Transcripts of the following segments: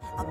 I'll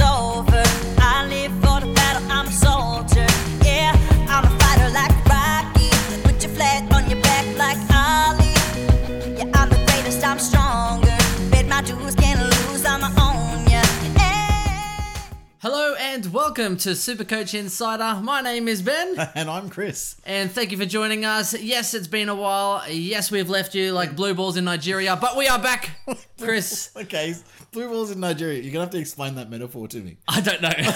over. I live for the battle, I'm a soldier. Yeah, I'm a fighter like Rocky. Put your flag on your back like Ali. Yeah, I'm the greatest, I'm stronger. Bet my dues, can't lose, I'm my own, yeah. Hey. Hello and welcome to Supercoach Insider. My name is Ben, And I'm Chris. and thank you for joining us. Yes, it's been a while. Yes, we've left you like blue balls in Nigeria, but we are back. Chris, Okay, blue balls in Nigeria. You're gonna have to explain that metaphor to me. I don't know.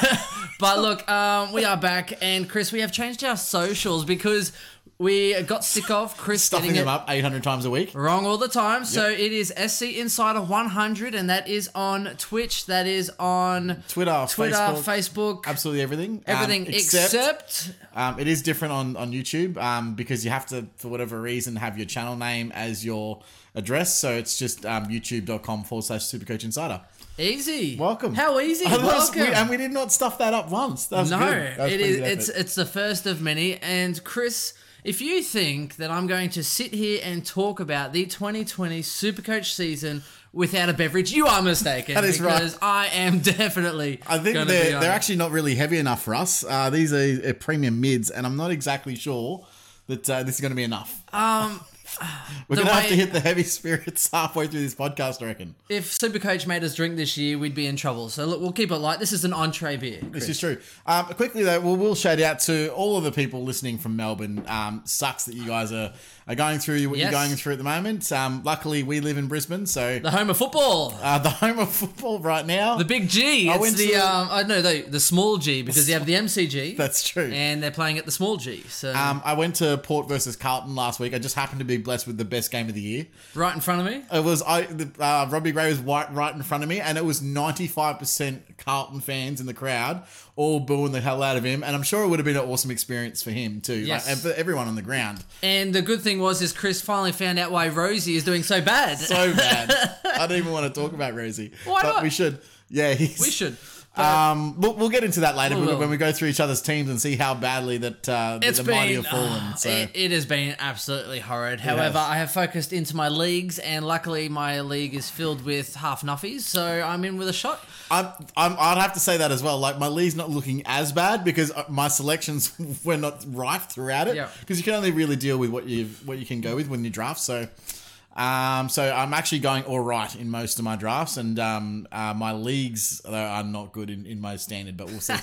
but look, um, we are back, and Chris, we have changed our socials because we got sick of Chris Stuffing getting them it up 800 times a week. Wrong all the time. So it is SC Insider 100, and that is on Twitch, that is on Twitter, Twitter, Facebook, absolutely everything. Um, everything except, um, it is different on on YouTube um, because you have to, for whatever reason, have your channel name as your address. So it's just um, youtube.com forward slash supercoach insider. easy. Welcome. How easy? Oh, that was- Welcome. we- and we did not stuff that up once. That was no, good. That was it pretty is. good It's effort. it's the first of many. And Chris, if you think that I'm going to sit here and talk about the 2020 Supercoach season without a beverage, you are mistaken. That is right. because I am definitely. I think gonna be they're, on they're it. actually not really heavy enough for us. Uh, these are, are premium mids, and I'm not exactly sure that uh, this is going to be enough. Um, We're the going to have way- to hit the heavy spirits halfway through this podcast, I reckon. If Supercoach made us drink this year, we'd be in trouble. So look, we'll keep it light. This is an entree beer. This Chris. is true. Um, quickly, though, we'll, we'll shout out to all of the people listening from Melbourne. Um, sucks that you guys are, are going through what Yes. you're going through at the moment. Um, luckily, we live in Brisbane, so the home of football. uh, the home of football right now. The big G. I it's went the, to the- um, I know the the small G because you have the MCG. That's true. And they're playing at the small G. So um, I went to Port versus Carlton last week. I just happened to be blessed with the best game of the year. right in front of me. It was I. The, uh, Robbie Gray was right, right in front of me, and it was ninety five percent Carlton fans in the crowd, all booing the hell out of him. And I'm sure it would have been an awesome experience for him too, like, Yes. and for everyone on the ground. And the good thing was is Chris finally found out why Rosie is doing so bad. So bad. I don't even want to talk about Rosie. Why but not? We should. Yeah, he's, we should. Um, we'll, we'll get into that later We when we- will. when we go through each other's teams and see how badly that, uh, that It's the mighty been have fallen. ah, So it, it has been absolutely horrid. However, has. I have focused into my leagues, and luckily my league is filled with half nuffies, so I'm in with a shot. I'm, I'm, I'd have to say that as well. Like my league's not looking as bad because uh, my selections were not rife throughout it. Yeah. Because you can only really deal with what you what you can go with when you draft. So, um, so I'm actually going all right in most of my drafts, and um, uh, my leagues though are not good in, in my standard. But we'll see,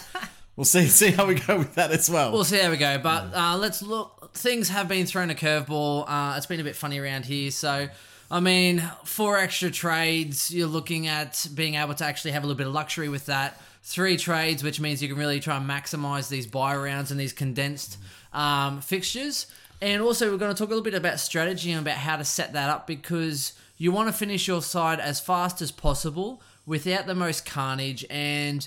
we'll see see how we go with that as well. We'll see how we go, but uh, let's look. Things have been thrown a curveball. Uh, it's been a bit funny around here, so I mean, four extra trades. You're looking at being able to actually have a little bit of luxury with that. Three trades, which means you can really try and maximize these buy rounds and these condensed um, fixtures. And also, we're going to talk a little bit about strategy and about how to set that up because you want to finish your side as fast as possible without the most carnage and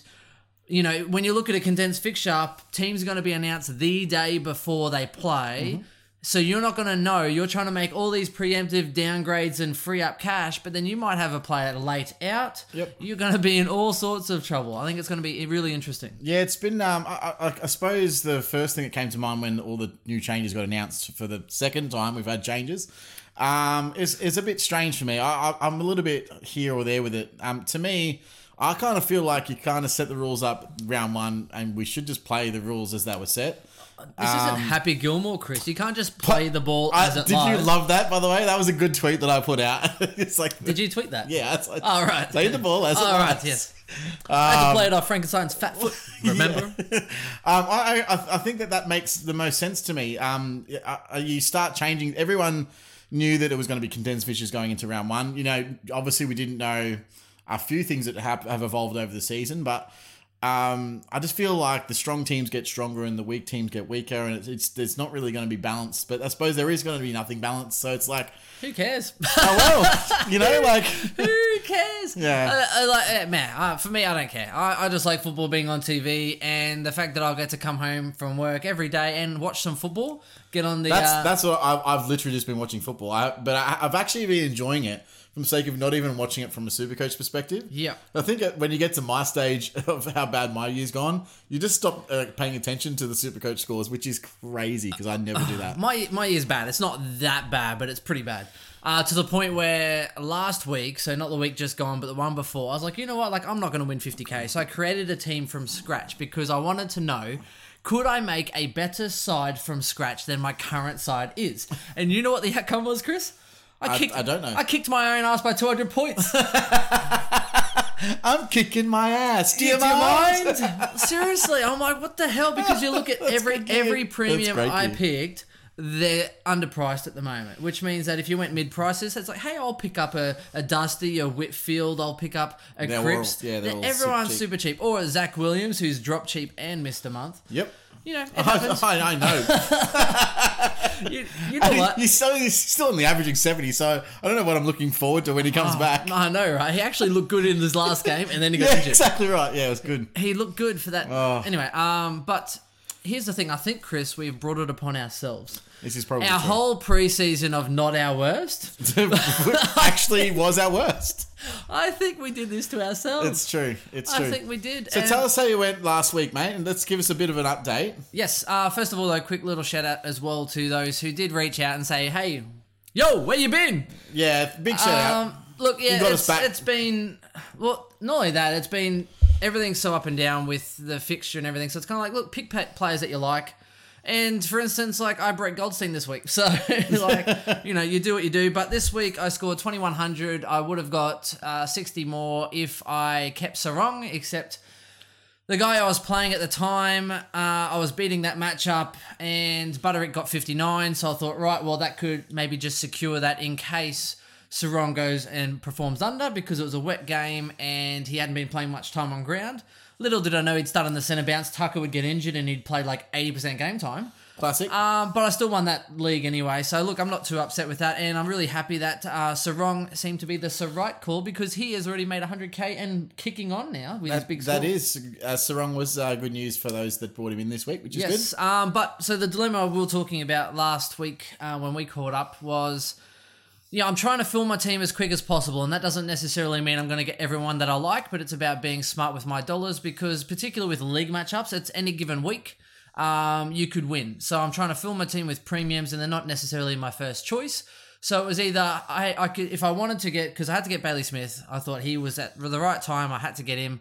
you know, when you look at a condensed fixture, teams are going to be announced the day before they play. Mm-hmm. So you're not going to know. You're trying to make all these preemptive downgrades and free up cash, but then you might have a player late out. Yep. You're going to be in all sorts of trouble. I think it's going to be really interesting. Yeah, it's been. Um, I, I, I suppose the first thing that came to mind when all the new changes got announced for the second time we've had changes, um, is is a bit strange for me. I, I, I'm a little bit here or there with it. Um, to me, I kind of feel like you kind of set the rules up round one, and we should just play the rules as that was set. This isn't Happy Gilmore, Chris. You can't just play the ball Um, I, as it did lies. you love that? By the way, that was a good tweet that I put out. it's like, Did you tweet that? yeah, it's like, All right. play the ball as it All right. lies. Yes. I had to play it off Frankenstein's fat foot. Remember? Um, I, I I think that that makes the most sense to me. Um, uh, uh, you start changing. Everyone knew that it was going to be condensed fishes going into round one. You know, obviously we didn't know a few things that have, have evolved over the season, but um, I just feel like the strong teams get stronger and the weak teams get weaker, and it's it's, it's not really going to be balanced. But I suppose there is going to be nothing balanced, so it's like, Who cares? oh well, you know, like Who cares? Yeah. I, I like, eh, man, uh, for me, I don't care. I, I just like football being on TV and the fact that I'll get to come home from work every day and watch some football Get on the. That's uh, that's what I've, I've literally just been watching football. I, but I, I've actually been enjoying it from the sake of not even watching it from a super coach perspective. Yep. I think that when you get to my stage of how bad my year's gone, you just stop uh, paying attention to the super coach scores, which is crazy because I never do that. My my ear's bad. It's not that bad, but it's pretty bad. Uh, to the point where last week, so not the week just gone, but the one before, I was like, you know what? Like, I'm not going to win 50k. So I created a team from scratch because I wanted to know could I make a better side from scratch than my current side is? And you know what the outcome was, Chris? I- I don't know. I kicked my own ass by 200 points. I'm kicking my ass. Do you, Do you mind? mind? Seriously, I'm like, what the hell? Because you look at every good gear. every That's premium great I gear. picked, they're underpriced at the moment, which means that if you went mid prices, it's like, hey, I'll pick up a, a Dusty, a Whitfield, I'll pick up a They're all- Crips. yeah, they're all super everyone's cheap. super cheap. Or a Zach Williams, who's drop cheap and missed a month. Yep. You know, it I, happens. I, I know. you, you know what? He's, so, he's still only averaging 70, so I don't know what I'm looking forward to when he comes back. I know, right? He actually looked good in his last game, and then he got yeah, injured. exactly Oh. right. Yeah, it was good. he looked good for that. Anyway, um, but here's the thing. I think Chris, we've brought it upon ourselves. This is probably our true. whole preseason of not our worst. actually was our worst. I think we did this to ourselves. It's true. It's true. I think we did. so and- tell us how you went last week, mate, and let's give us a bit of an update. Yes. Uh, first of all, though, quick little shout out as well to those who did reach out and say, "Hey, yo, where you been?" Yeah, big shout Um, out. look, yeah, got it's, us back. it's been well. Not only that, it's been everything's so up and down with the fixture and everything. So it's kind of like, look, pick pa- players that you like. And for instance, like I broke Goldstein this week, so like you know you do what you do. But this week I scored twenty one hundred. I would have got uh, sixty more if I kept Sarong, except the guy I was playing at the time, uh, I was beating that matchup, and Butterick got 59. So I thought, right, well, that could maybe just secure that in case Sarong goes and performs under because it was a wet game and he hadn't been playing much time on ground. Little did I know he'd start on the centre bounce, Tucker would get injured, and he'd play like 80% game time. Classic. Um, but I still won that league anyway. So look, I'm not too upset with that, and I'm really happy that uh, Sarong seemed to be the right call because he has already made 100k and kicking on now with his big. that score. is, uh, Sarong was uh, good news for those that brought him in this week, which is Yes. good. Um, but so the dilemma we were talking about last week uh, when we caught up was, yeah, I'm trying to fill my team as quick as possible, and that doesn't necessarily mean I'm going to get everyone that I like, but it's about being smart with my dollars because, particularly with league matchups, it's any given week. Um, you could win. So I'm trying to fill my team with premiums, and they're not necessarily my first choice. So it was either I, I could if I wanted to get because I had to get Bailey Smith. I thought he was at the right time. I had to get him.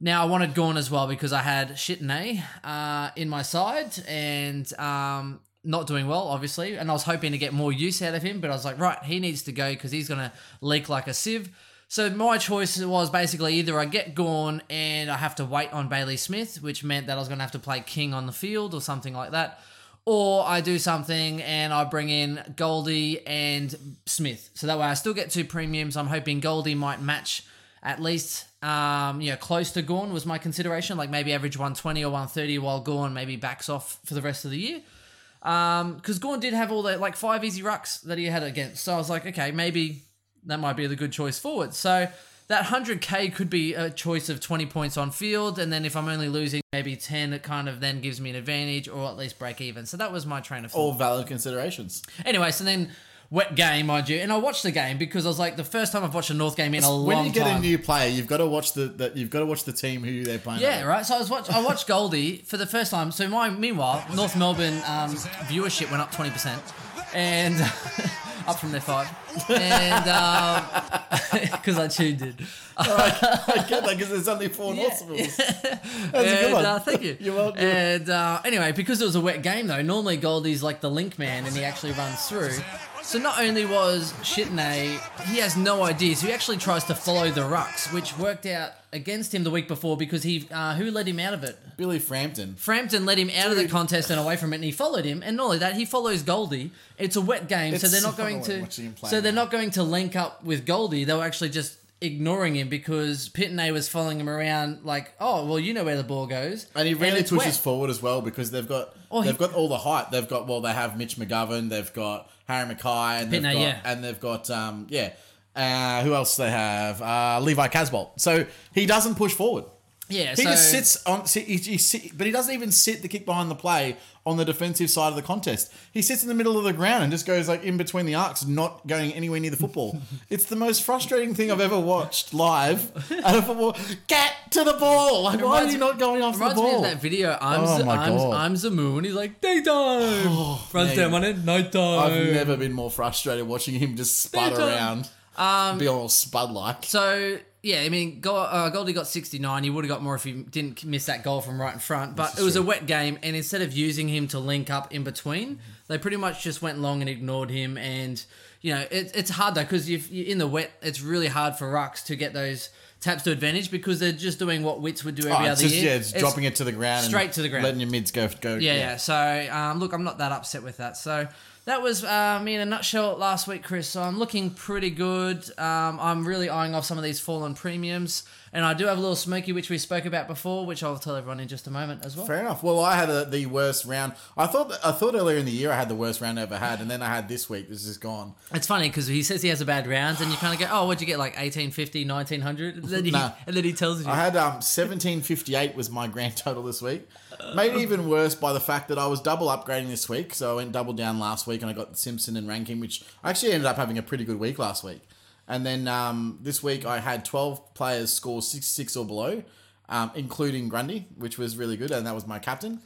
Now I wanted Gorn as well because I had Shitney uh, in my side and um, not doing well, obviously. And I was hoping to get more use out of him, but I was like, right, he needs to go because he's gonna leak like a sieve. So my choice was basically either I get Gorn and I have to wait on Bailey Smith, which meant that I was gonna have to play King on the field or something like that, or I do something and I bring in Goldie and Smith. So that way I still get two premiums. I'm hoping Goldie might match at least um, you know close to Gorn was my consideration. Like maybe average 120 or 130, while Gorn maybe backs off for the rest of the year. Because Gorn did have all the like five easy rucks that he had against, so I was like, okay, maybe that might be the good choice forward. So that 100k could be a choice of 20 points on field, and then if I'm only losing maybe 10, it kind of then gives me an advantage or at least break even. So that was my train of thought. All valid considerations. Anyway, so then wet game, mind you, and I watched the game because I was like, the first time I've watched a North game in a long when you get time. a new player, you've got to watch the, the you've got to watch the team who they're playing. Yeah, right. So I was watch- I watched Goldie for the first time. So my meanwhile, North Melbourne um, viewership went up twenty percent, and up from their five, and because I tuned in. I get that because there's only four Norths of us. That's a and, good one. Uh, thank you. You're welcome. And uh, anyway, because it was a wet game though, normally Goldie's like the link man and he actually runs through. So not only was Shitney, he has no idea, so he actually tries to follow the rucks, which worked out against him the week before because he uh, who let him out of it? Billy Frampton. Frampton let him out of the contest and away from it, and he followed him. And not only that, he follows Goldie. It's a wet game, so It's they're not so going annoying to. watching him play So they're now. not going to link up with Goldie. They were actually just ignoring him because Pitney was following him around. Like, oh well, you know where the ball goes, And he really it's pushes wet. forward as well because they've got Oh, he- they've got all the height. They've got well, they have Mitch McGovern, they've got Harry Mackay, and they've Pitney, got yeah. and they've got um yeah. Uh, who else do they have? Uh, Levi Casbolt. So he doesn't push forward. Yeah, He so, just sits on, si- he, he, sit- but he doesn't even sit the kick behind the play on the defensive side of the contest. He sits in the middle of the ground and just goes like in between the arcs, not going anywhere near the football. it's the most frustrating thing I've ever watched live at a football. Get to the ball! Like, why are reminds you me- not going after the Reminds ball? me of that video. I'm Oh Z- my I'm, God. I'm Zamu, and he's like daytime. Runs man. down on it nighttime. I've never been more frustrated watching him just spud Better. around, be all spud like. Um, So yeah, I mean, Go- uh, Goldie got 69. He would have got more if he didn't miss that goal from right in front. But it was a wet game, and instead of using him to link up in between, they pretty much just went long and ignored him. And you know, it, it's hard though because you're in the wet. It's really hard for rucks to get those taps to advantage because they're just doing what wits would do every Oh, other it's just, year. yeah, it's, dropping it to the ground, straight and to the ground. letting your mids go. go Yeah, yeah. So um, look, I'm not that upset with that. So that was uh, me in a nutshell last week, Chris. So I'm looking pretty good. Um, I'm really eyeing off some of these fallen premiums, and I do have a little smoky which we spoke about before, which I'll tell everyone in just a moment as well. Fair enough. Well, I had a, the worst round. I thought I thought earlier in the year I had the worst round I ever had, and then I had this week. This is gone. It's funny because he says he has a bad rounds, and you kind of go, "Oh, what'd you get? Like 1850, 1900?" And then he, Nah. and then he tells you. I had um seventeen fifty eight was my grand total this week. Made even worse by the fact that I was double upgrading this week, so I went double down last week, and I got Simpson and ranking, which I actually ended up having a pretty good week last week. And then um, this week I had twelve players score sixty six or below, um, including Grundy, which was really good, and that was my captain.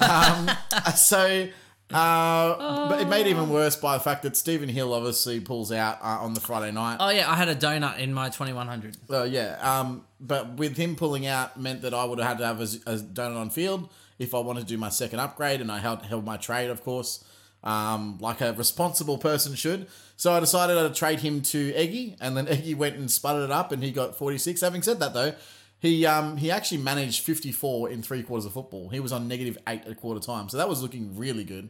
Um, so. Uh, But it made even worse by the fact that Stephen Hill obviously pulls out uh, on the Friday night. oh yeah, I had a donut in my 2100. Well, yeah. Um, but with him pulling out meant that I would have had to have a, a donut on field if I wanted to do my second upgrade, and I held held my trade, of course, um, like a responsible person should. So I decided I'd trade him to Eggy, and then Eggy went and sputtered it up, and he got forty six. Having said that, though. He, um, he actually managed 54 in three quarters of football. He was on negative eight at quarter time. So that was looking really good.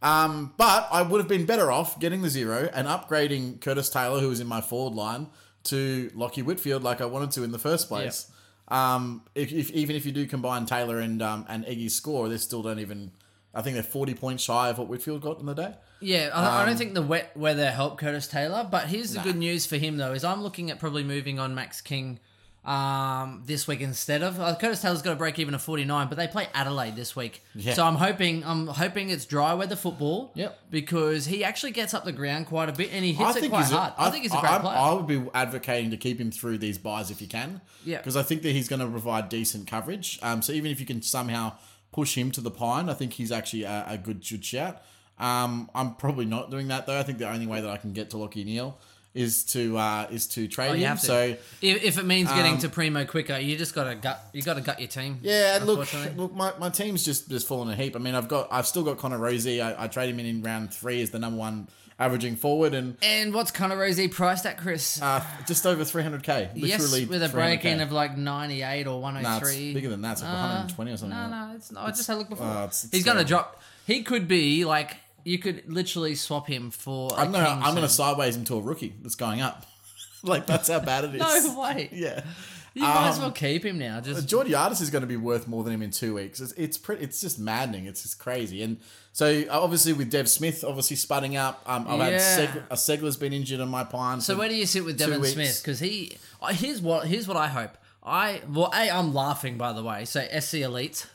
But I would have been better off getting the zero and upgrading Curtis Taylor, who was in my forward line, to Lockie Whitfield like I wanted to in the first place. Um, if, if even if you do combine Taylor and um, and Eggy's score, they still don't even. I think they're forty points shy of what Whitfield got in the day. Yeah, I, Um, I don't think the wet weather helped Curtis Taylor. But here's the good news for him though: is I'm looking at probably moving on Max King um, this week instead of uh, Curtis Taylor's got a break even of 49, but they play Adelaide this week, Yeah. so I'm hoping I'm hoping it's dry weather football. Yep. because he actually gets up the ground quite a bit and he hits I it think quite he's. a- hard. I think he's a great I, player. I would be advocating to keep him through these buys if you can. Yeah. Because I think that he's going to provide decent coverage. Um, so even if you can somehow push him to the pine, I think he's actually a, a good good shout. Um, I'm probably not doing that though. I think the only way that I can get to Lockie Neal is to uh, is to trade Oh, you him. have to. So if, if it means getting to primo quicker, you just gotta gut. You gotta gut your team. um, yeah, and look, unfortunately. look, my, my team's just just fallen a heap. I mean, I've got I've still got Connor Rosie. I, I trade him in in round three as the number one averaging forward and And what's Connor Rosie priced at, Chris? uh, just over 300k. Literally yes, with a 300K. break in of like 98 or Nah, 103. it's bigger than that. It's like 120 or something. No, like no, it's not. I just had a look before. uh, it's- it's He's going to terrible. drop. He could be like you could literally swap him for. a I'm gonna king I'm gonna soon. sideways into a rookie that's going up. like that's how bad it is. No way. Yeah. You might as Um, uh, well keep him now. Just Jordi Artis is going to be worth more than him in two weeks. It's it's pretty, it's just maddening. It's just crazy. And so obviously with Dev Smith obviously sputting up. Um, I've Yeah. had Seg- a Segler's been injured on my pine. so where do you sit with Devin weeks. Smith? Because he uh, here's what here's what I hope. I well, a I'm laughing by the way. So SC elites.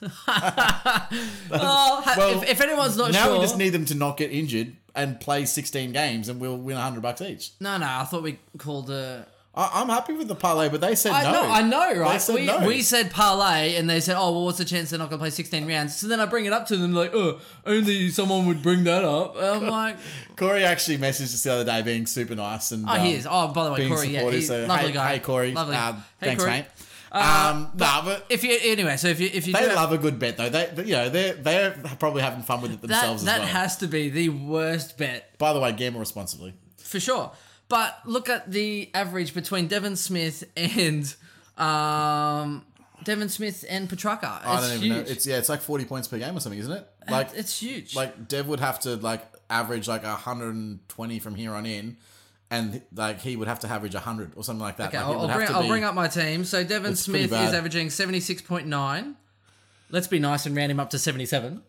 oh, ha- well, if, if anyone's not now sure, we just need them to not get injured and play 16 games, and we'll win 100 bucks each. no, no. I thought we called uh, I, I'm happy with the parlay, but they said I no. know, I know, They right? said we, no. we said parlay, and they said, "Oh, well, what's the chance they're not going to play sixteen rounds?" So then I bring it up to them, like, "Oh, only someone would bring that up." And I'm like, Corey actually messaged us the other day, being super nice and "Oh, um, he is." Oh, by the way, being Corey, yeah, supportive. he's so, a lovely hey, guy. Hey, Corey. lovely. Um, Hey, thanks, Corey. mate. Um, nah, but If you anyway, so if you if you do they have- love a good bet though. They, they- you know, they're they're probably having fun with it that, themselves that as well. has to be the worst bet By the way, gamble responsibly. for sure. But look at the average between Devin Smith and um, Devin Smith and Petrarca. It's I don't even huge. know. It's yeah, it's like forty points per game or something, isn't it? Like it's huge. like Dev would have to like average like hundred and twenty from here on in, and like he would have to average hundred or something like that. Okay, like, it I'll, would I'll have bring, to I'll be- bring up my team. So Devin It's pretty Smith is bad. averaging 76.9. Let's be nice and round him up to 77.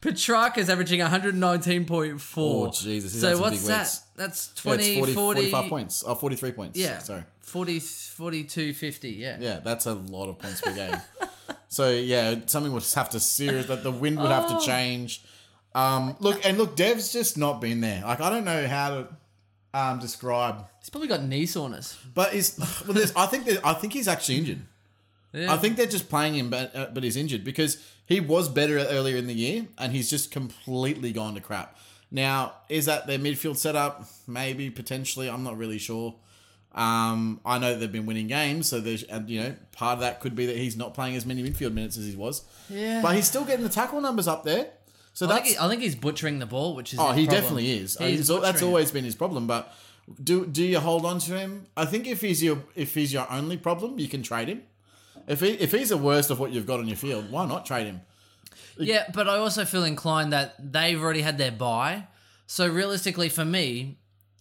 Petrarch is averaging 119.4. Oh, Jesus, he's had So some what's big that? weeks. That's Yeah, 20, it's 40, 40 45 points. Oh, 43 points. Yeah. Sorry. 40, 42, 50. Yeah. Yeah, that's a lot of points per game. so yeah, something would have to serious that the wind would have to change. Um, look and look, Dev's just not been there. Like I don't know how to um, describe, He's probably got knee soreness. but is well, there's, I think that I think he's actually injured. Yeah. I think they're just playing him, but uh, but he's injured because he was better earlier in the year, and he's just completely gone to crap. Now, is that their midfield setup? Maybe potentially, I'm not really sure. Um, I know they've been winning games, so there's and you know part of that could be that he's not playing as many midfield minutes as he was. Yeah. but he's still getting the tackle numbers up there. So I that's think, he, I think he's butchering the ball, which is Oh, his he problem. definitely is. He's He's al- that's butchering it. always been his problem. But do do you hold on to him? I think if he's your if he's your only problem, you can trade him. If he if he's the worst of what you've got on your field, why not trade him? Yeah, but I also feel inclined that they've already had their buy. So realistically, for me,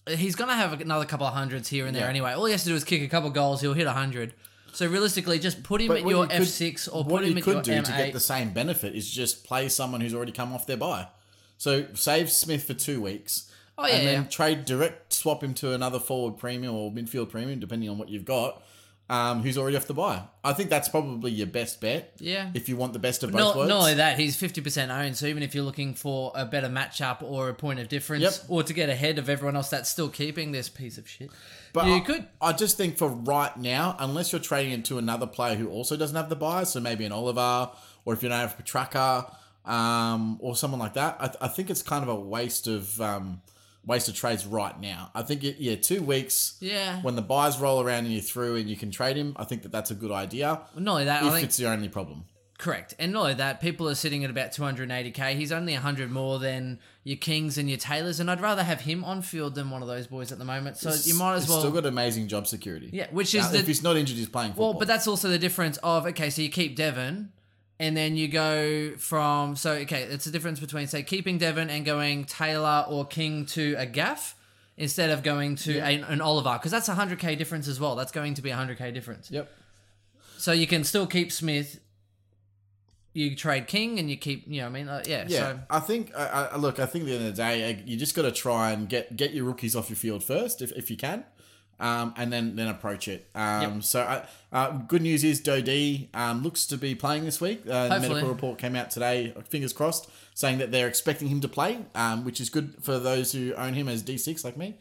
he's going to have another couple of hundreds here and there Yeah. anyway. All he has to do is kick a couple of goals, he'll hit 100. So realistically, just put him But at what your you could- F6 or what put him you at could your do M8. to get the same benefit is just play someone who's already come off their buy. So save Smith for two weeks. Oh, yeah, and then yeah. trade direct swap him to another forward premium or midfield premium, depending on what you've got. Um, who's already off the buy? I think that's probably your best bet. Yeah. If you want the best of both Not, worlds. not only that, he's 50% owned. So even if you're looking for a better matchup or a point of difference Yep. or to get ahead of everyone else that's still keeping this piece of shit, But you I, could. I just think for right now, unless you're trading into another player who also doesn't have the buy, so maybe an Oliver, or if you don't have Petraka, um, or someone like that, I, th- I think it's kind of a waste of um, waste of trades right now. I think it, yeah, two weeks. Yeah. When the buys roll around and you're through and you can trade him, I think that that's a good idea. Not only that, I if think it's the only problem. Correct. And not only that, people are sitting at about 280k. He's only 100 more than your Kings and your Taylors, and I'd rather have him on field than one of those boys at the moment. So you might as He's well. Still got amazing job security. yeah, which is Uh, the. if he's not injured, he's playing football. well, but that's also the difference of, okay, so you keep Devon, and then you go from. So, okay, it's the difference between, say, keeping Devon and going Taylor or King to a gaff instead of going to an, an Oliver, because that's a 100k difference as well. That's going to be a 100k difference. yep. So you can still keep Smith. You trade King and you keep, you know, what I mean, like, yeah. Yeah, So I think. I, I, look, I think at the end of the day, uh, you just got to try and get get your rookies off your field first, if, if you can, um, and then then approach it. Um, So, I, uh, good news is Dodie um, looks to be playing this week. Uh, the Hopefully. medical report came out today. Fingers crossed, saying that they're expecting him to play, um, which is good for those who own him as D six like me.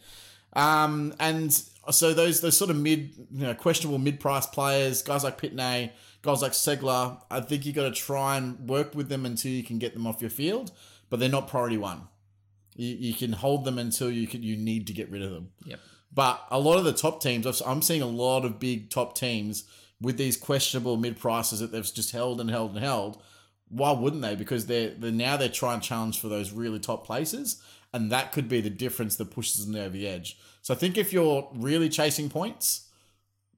Um, and so those those sort of mid you know, questionable mid price players, guys like Pitney, guys like Segler, I think you got to try and work with them until you can get them off your field, but they're not priority one. You, you can hold them until you can, you need to get rid of them. Yep. But a lot of the top teams, I've, I'm seeing a lot of big top teams with these questionable mid prices that they've just held and held and held. Why wouldn't they? Because they're, they're now they're trying to challenge for those really top places, and that could be the difference that pushes them over the edge. So I think if you're really chasing points,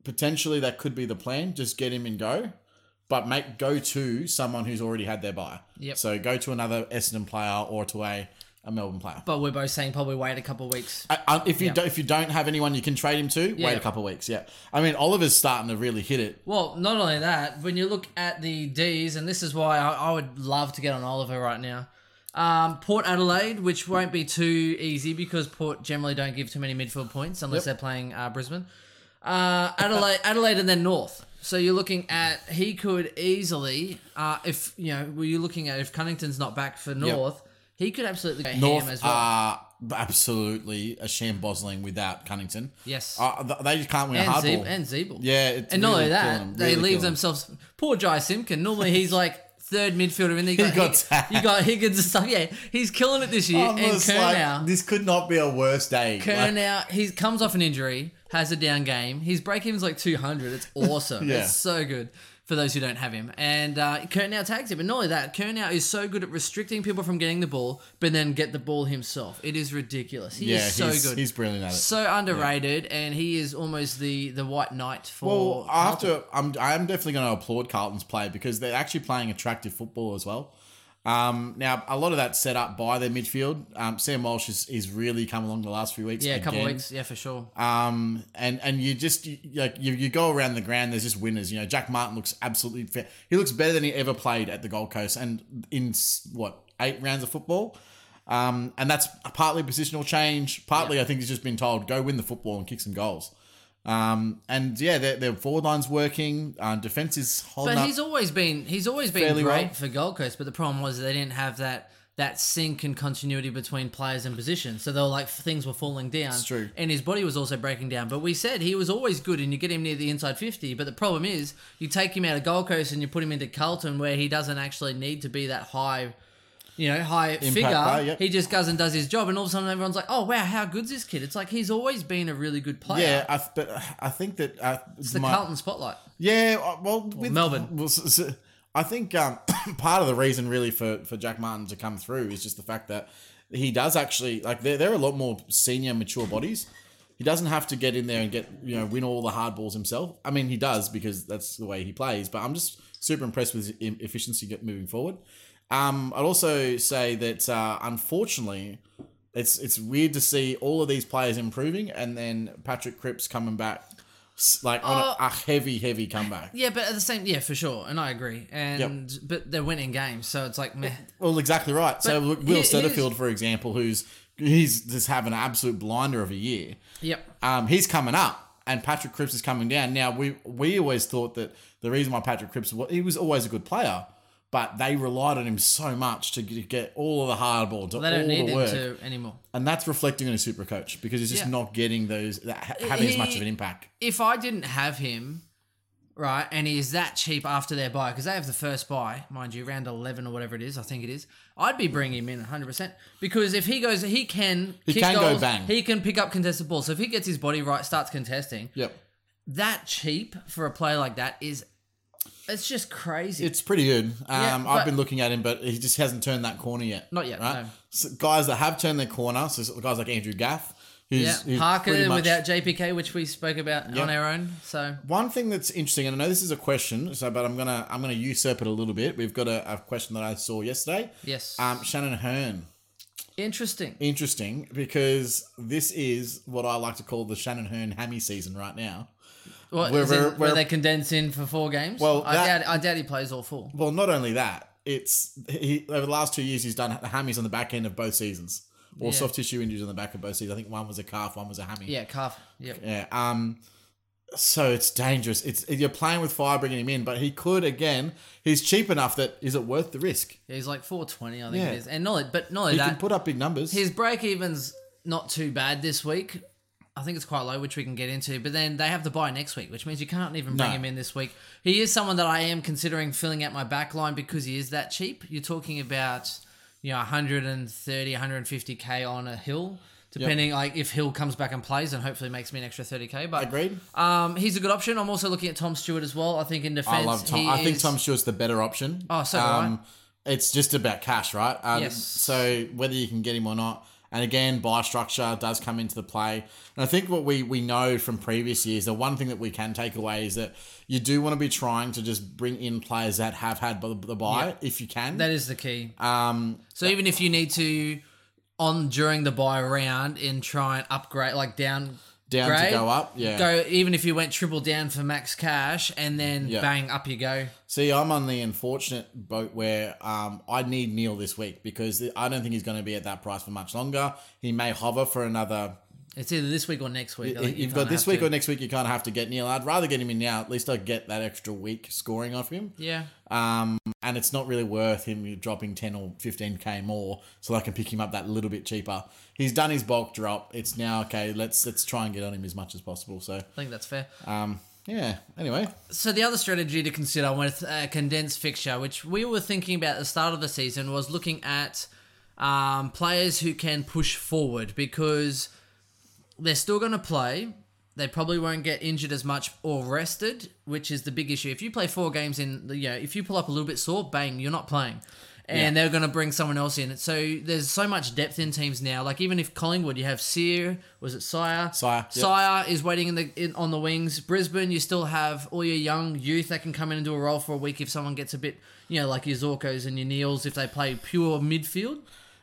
potentially that could be the plan. Just get him and go, but make go to someone who's already had their buy. Yep. So go to another Essendon player or to a, a Melbourne player. but we're both saying probably wait a couple of weeks. I- I- if you Yeah. don't, if you don't have anyone you can trade him to, wait yeah. a couple of weeks. Yeah, I mean Oliver's starting to really hit it. Well, not only that, when you look at the D's, and this is why I, I would love to get on Oliver right now. Um, Port Adelaide, which won't be too easy because Port generally don't give too many midfield points unless they're playing uh, Brisbane. Uh, Adelaide, Adelaide, and then North. So you're looking at he could easily, uh, if you know, were you looking at if Cunnington's not back for North, he could absolutely go North ham as well. are absolutely a shambosling without Cunnington. Yes. uh, th- they just can't win a and hard Zeeb ball. and Zeeble. yeah, it's and not only really that, killing them, they really leave killing them. themselves. Poor Jai Simkin. Normally he's like third midfielder, and they got, got Hig- you got Higgins and stuff. Yeah, he's killing it this year. I'm and just like, Kernow, this could not be a worse day. Like, Kernow, he comes off an injury, has a down game. His break even's like 200. It's awesome. Yeah. It's so good for those who don't have him. And uh, Kernow tags him. But not only that, Kernow is so good at restricting people from getting the ball, but then get the ball himself. It is ridiculous. He yeah, is so he's, good. he's brilliant at it. so underrated, and he is almost the the white knight for. Well, I have to. I'm. I'm definitely going to applaud Carlton's play because they're actually playing attractive football as well. Um, now, a lot of that's set up by their midfield. Um, Sam Walsh is, is really come along the last few weeks. Yeah, a couple of again. weeks. Yeah, for sure. Um, and and you just you, like you, you go around the ground. There's just winners. You know, Jack Martin looks absolutely fair. He looks better than he ever played at the Gold Coast, and in s- what eight rounds of football. Um, and that's partly positional change. Partly, I think he's just been told go win the football and kick some goals. Um, and yeah, their, their forward line's working. Um, defense is holding But up. he's always been he's always been Fairly great well. for Gold Coast. But the problem was they didn't have that that sync and continuity between players and positions. So they were like things were falling down. That's true. And his body was also breaking down. But we said he was always good, and you get him near the inside fifty. But the problem is you take him out of Gold Coast and you put him into Carlton, where he doesn't actually need to be that high. You know, high figure. player, yep. He just goes and does his job, and all of a sudden everyone's like, "Oh wow, how good's this kid?" It's like he's always been a really good player. yeah, I, th- but I think that uh, it's the Carlton spotlight. Yeah, uh, well, with, Melbourne. well, s- s- I think um, part of the reason really for, for Jack Martin to come through is just the fact that he does actually like there there are a lot more senior mature bodies. He doesn't have to get in there and get you know win all the hard balls himself. I mean, he does because that's the way he plays. But I'm just super impressed with his e- efficiency get- moving forward. Um, I'd also say that uh, unfortunately, it's it's weird to see all of these players improving and then Patrick Cripps coming back s- like on a, a heavy heavy comeback. Oh. Yeah, but at the same, yeah, for sure, and I agree. And but they're winning games, so it's like meh. Well, exactly right. so But look, here- Will here's- Setterfield, for example, who's he's just having an absolute blinder of a year. Yep. Um, he's coming up, and Patrick Cripps is coming down. Now we we always thought that the reason why Patrick Cripps wa- he was always a good player, but they relied on him so much to g- get all of the hard ball, to They all don't need the him work, to anymore. and that's reflecting on his super coach because he's just Yeah. not getting those that, ha- having as much of an He- impact. If I didn't have him, right, and he is that cheap after their buy because they have the first buy, mind you, round eleven or whatever it is, I think it is. I'd be bringing him in 100 percent because if he goes, he can He kick can go goals, bang. He can pick up contested balls. So if he gets his body right, starts contesting. Yep, That cheap for a player like that is, it's just crazy. it's pretty good. Um, Yeah, I've but- been looking at him, but he just hasn't turned that corner yet. Not yet, right? no. So guys that have turned their corner, so guys like Andrew Gaff. Who's, yeah, who's pretty Parker much- without JPK, which we spoke about Yep. on our own. So One thing that's interesting, and I know this is a question, so but I'm gonna I'm gonna usurp it a little bit. We've got a, a question that I saw yesterday. Yes. Um, Shannon Hearn. interesting. Interesting because this is what I like to call the Shannon Hearn hammy season right now. What, We're- is it we're- where we're- they condense in for four games? Well, I, that- doubt, I doubt he plays all four. Well, not only that, it's he over the last two years he's done hammies on the back end of both seasons, or Yeah. soft tissue injuries on the back of both seasons. I think one was a calf, one was a hammy. Yeah, calf. Yep. Yeah. Um. So it's dangerous. It's you're playing with fire, bringing him in, but he could again. He's cheap enough that is it worth the risk? He's like 420, I think Yeah. it is. And not, but not only He can that, put up big numbers. his break even's not too bad this week. I think it's quite low, which we can get into. But then they have to buy next week, which means you can't even bring No. him in this week. He is someone that I am considering filling out my back line because he is that cheap. You're talking about, you know, 130, 150k on a hill, depending like if Hill comes back and plays and hopefully makes me an extra 30k. But Agreed. Um, he's a good option. I'm also looking at Tom Stewart as well. I think in defense, I love Tom. he I think is- Tom Stewart's the better option. Um, Oh, so do It's just about cash, right? Um, Yes. So whether you can get him or not, and again, buy structure does come into the play. And I think what we we know from previous years, the one thing that we can take away is that you do want to be trying to just bring in players that have had the, the buy if you can. That is the key. um, So even if you need to on during the buy round and try and upgrade like down down grade, to go up, yeah. Go even if you went triple down for max cash and then Yeah. bang up you go. See, I'm on the unfortunate boat where um, I need Neil this week because I don't think he's going to be at that price for much longer. He may hover for another It's either this week or next week. I think you You've got kinda this have week to. or next week. You kind of have to get Neil. I'd rather get him in now. At least I get that extra week scoring off him. Yeah. Um, and it's not really worth him dropping ten or fifteen k more, so I can pick him up that little bit cheaper. He's done his bulk drop. It's now okay. Let's let's try and get on him as much as possible. So I think that's fair. um, yeah. Anyway, So the other strategy to consider with a condensed fixture, which we were thinking about at the start of the season, was looking at um, players who can push forward because they're still going to play. They probably won't get injured as much or rested, which is the big issue. If you play four games in, you know, if you pull up a little bit sore, bang, you're not playing. and they're going to bring someone else in. So there's so much depth in teams now. Like even if Collingwood, you have Sear, was it Sire? Sire, yep. Sire is waiting in the in, on the wings. Brisbane, you still have all your young youth that can come in and do a role for a week if someone gets a bit, you know, like your Zorkos and your Neils if they play pure midfield.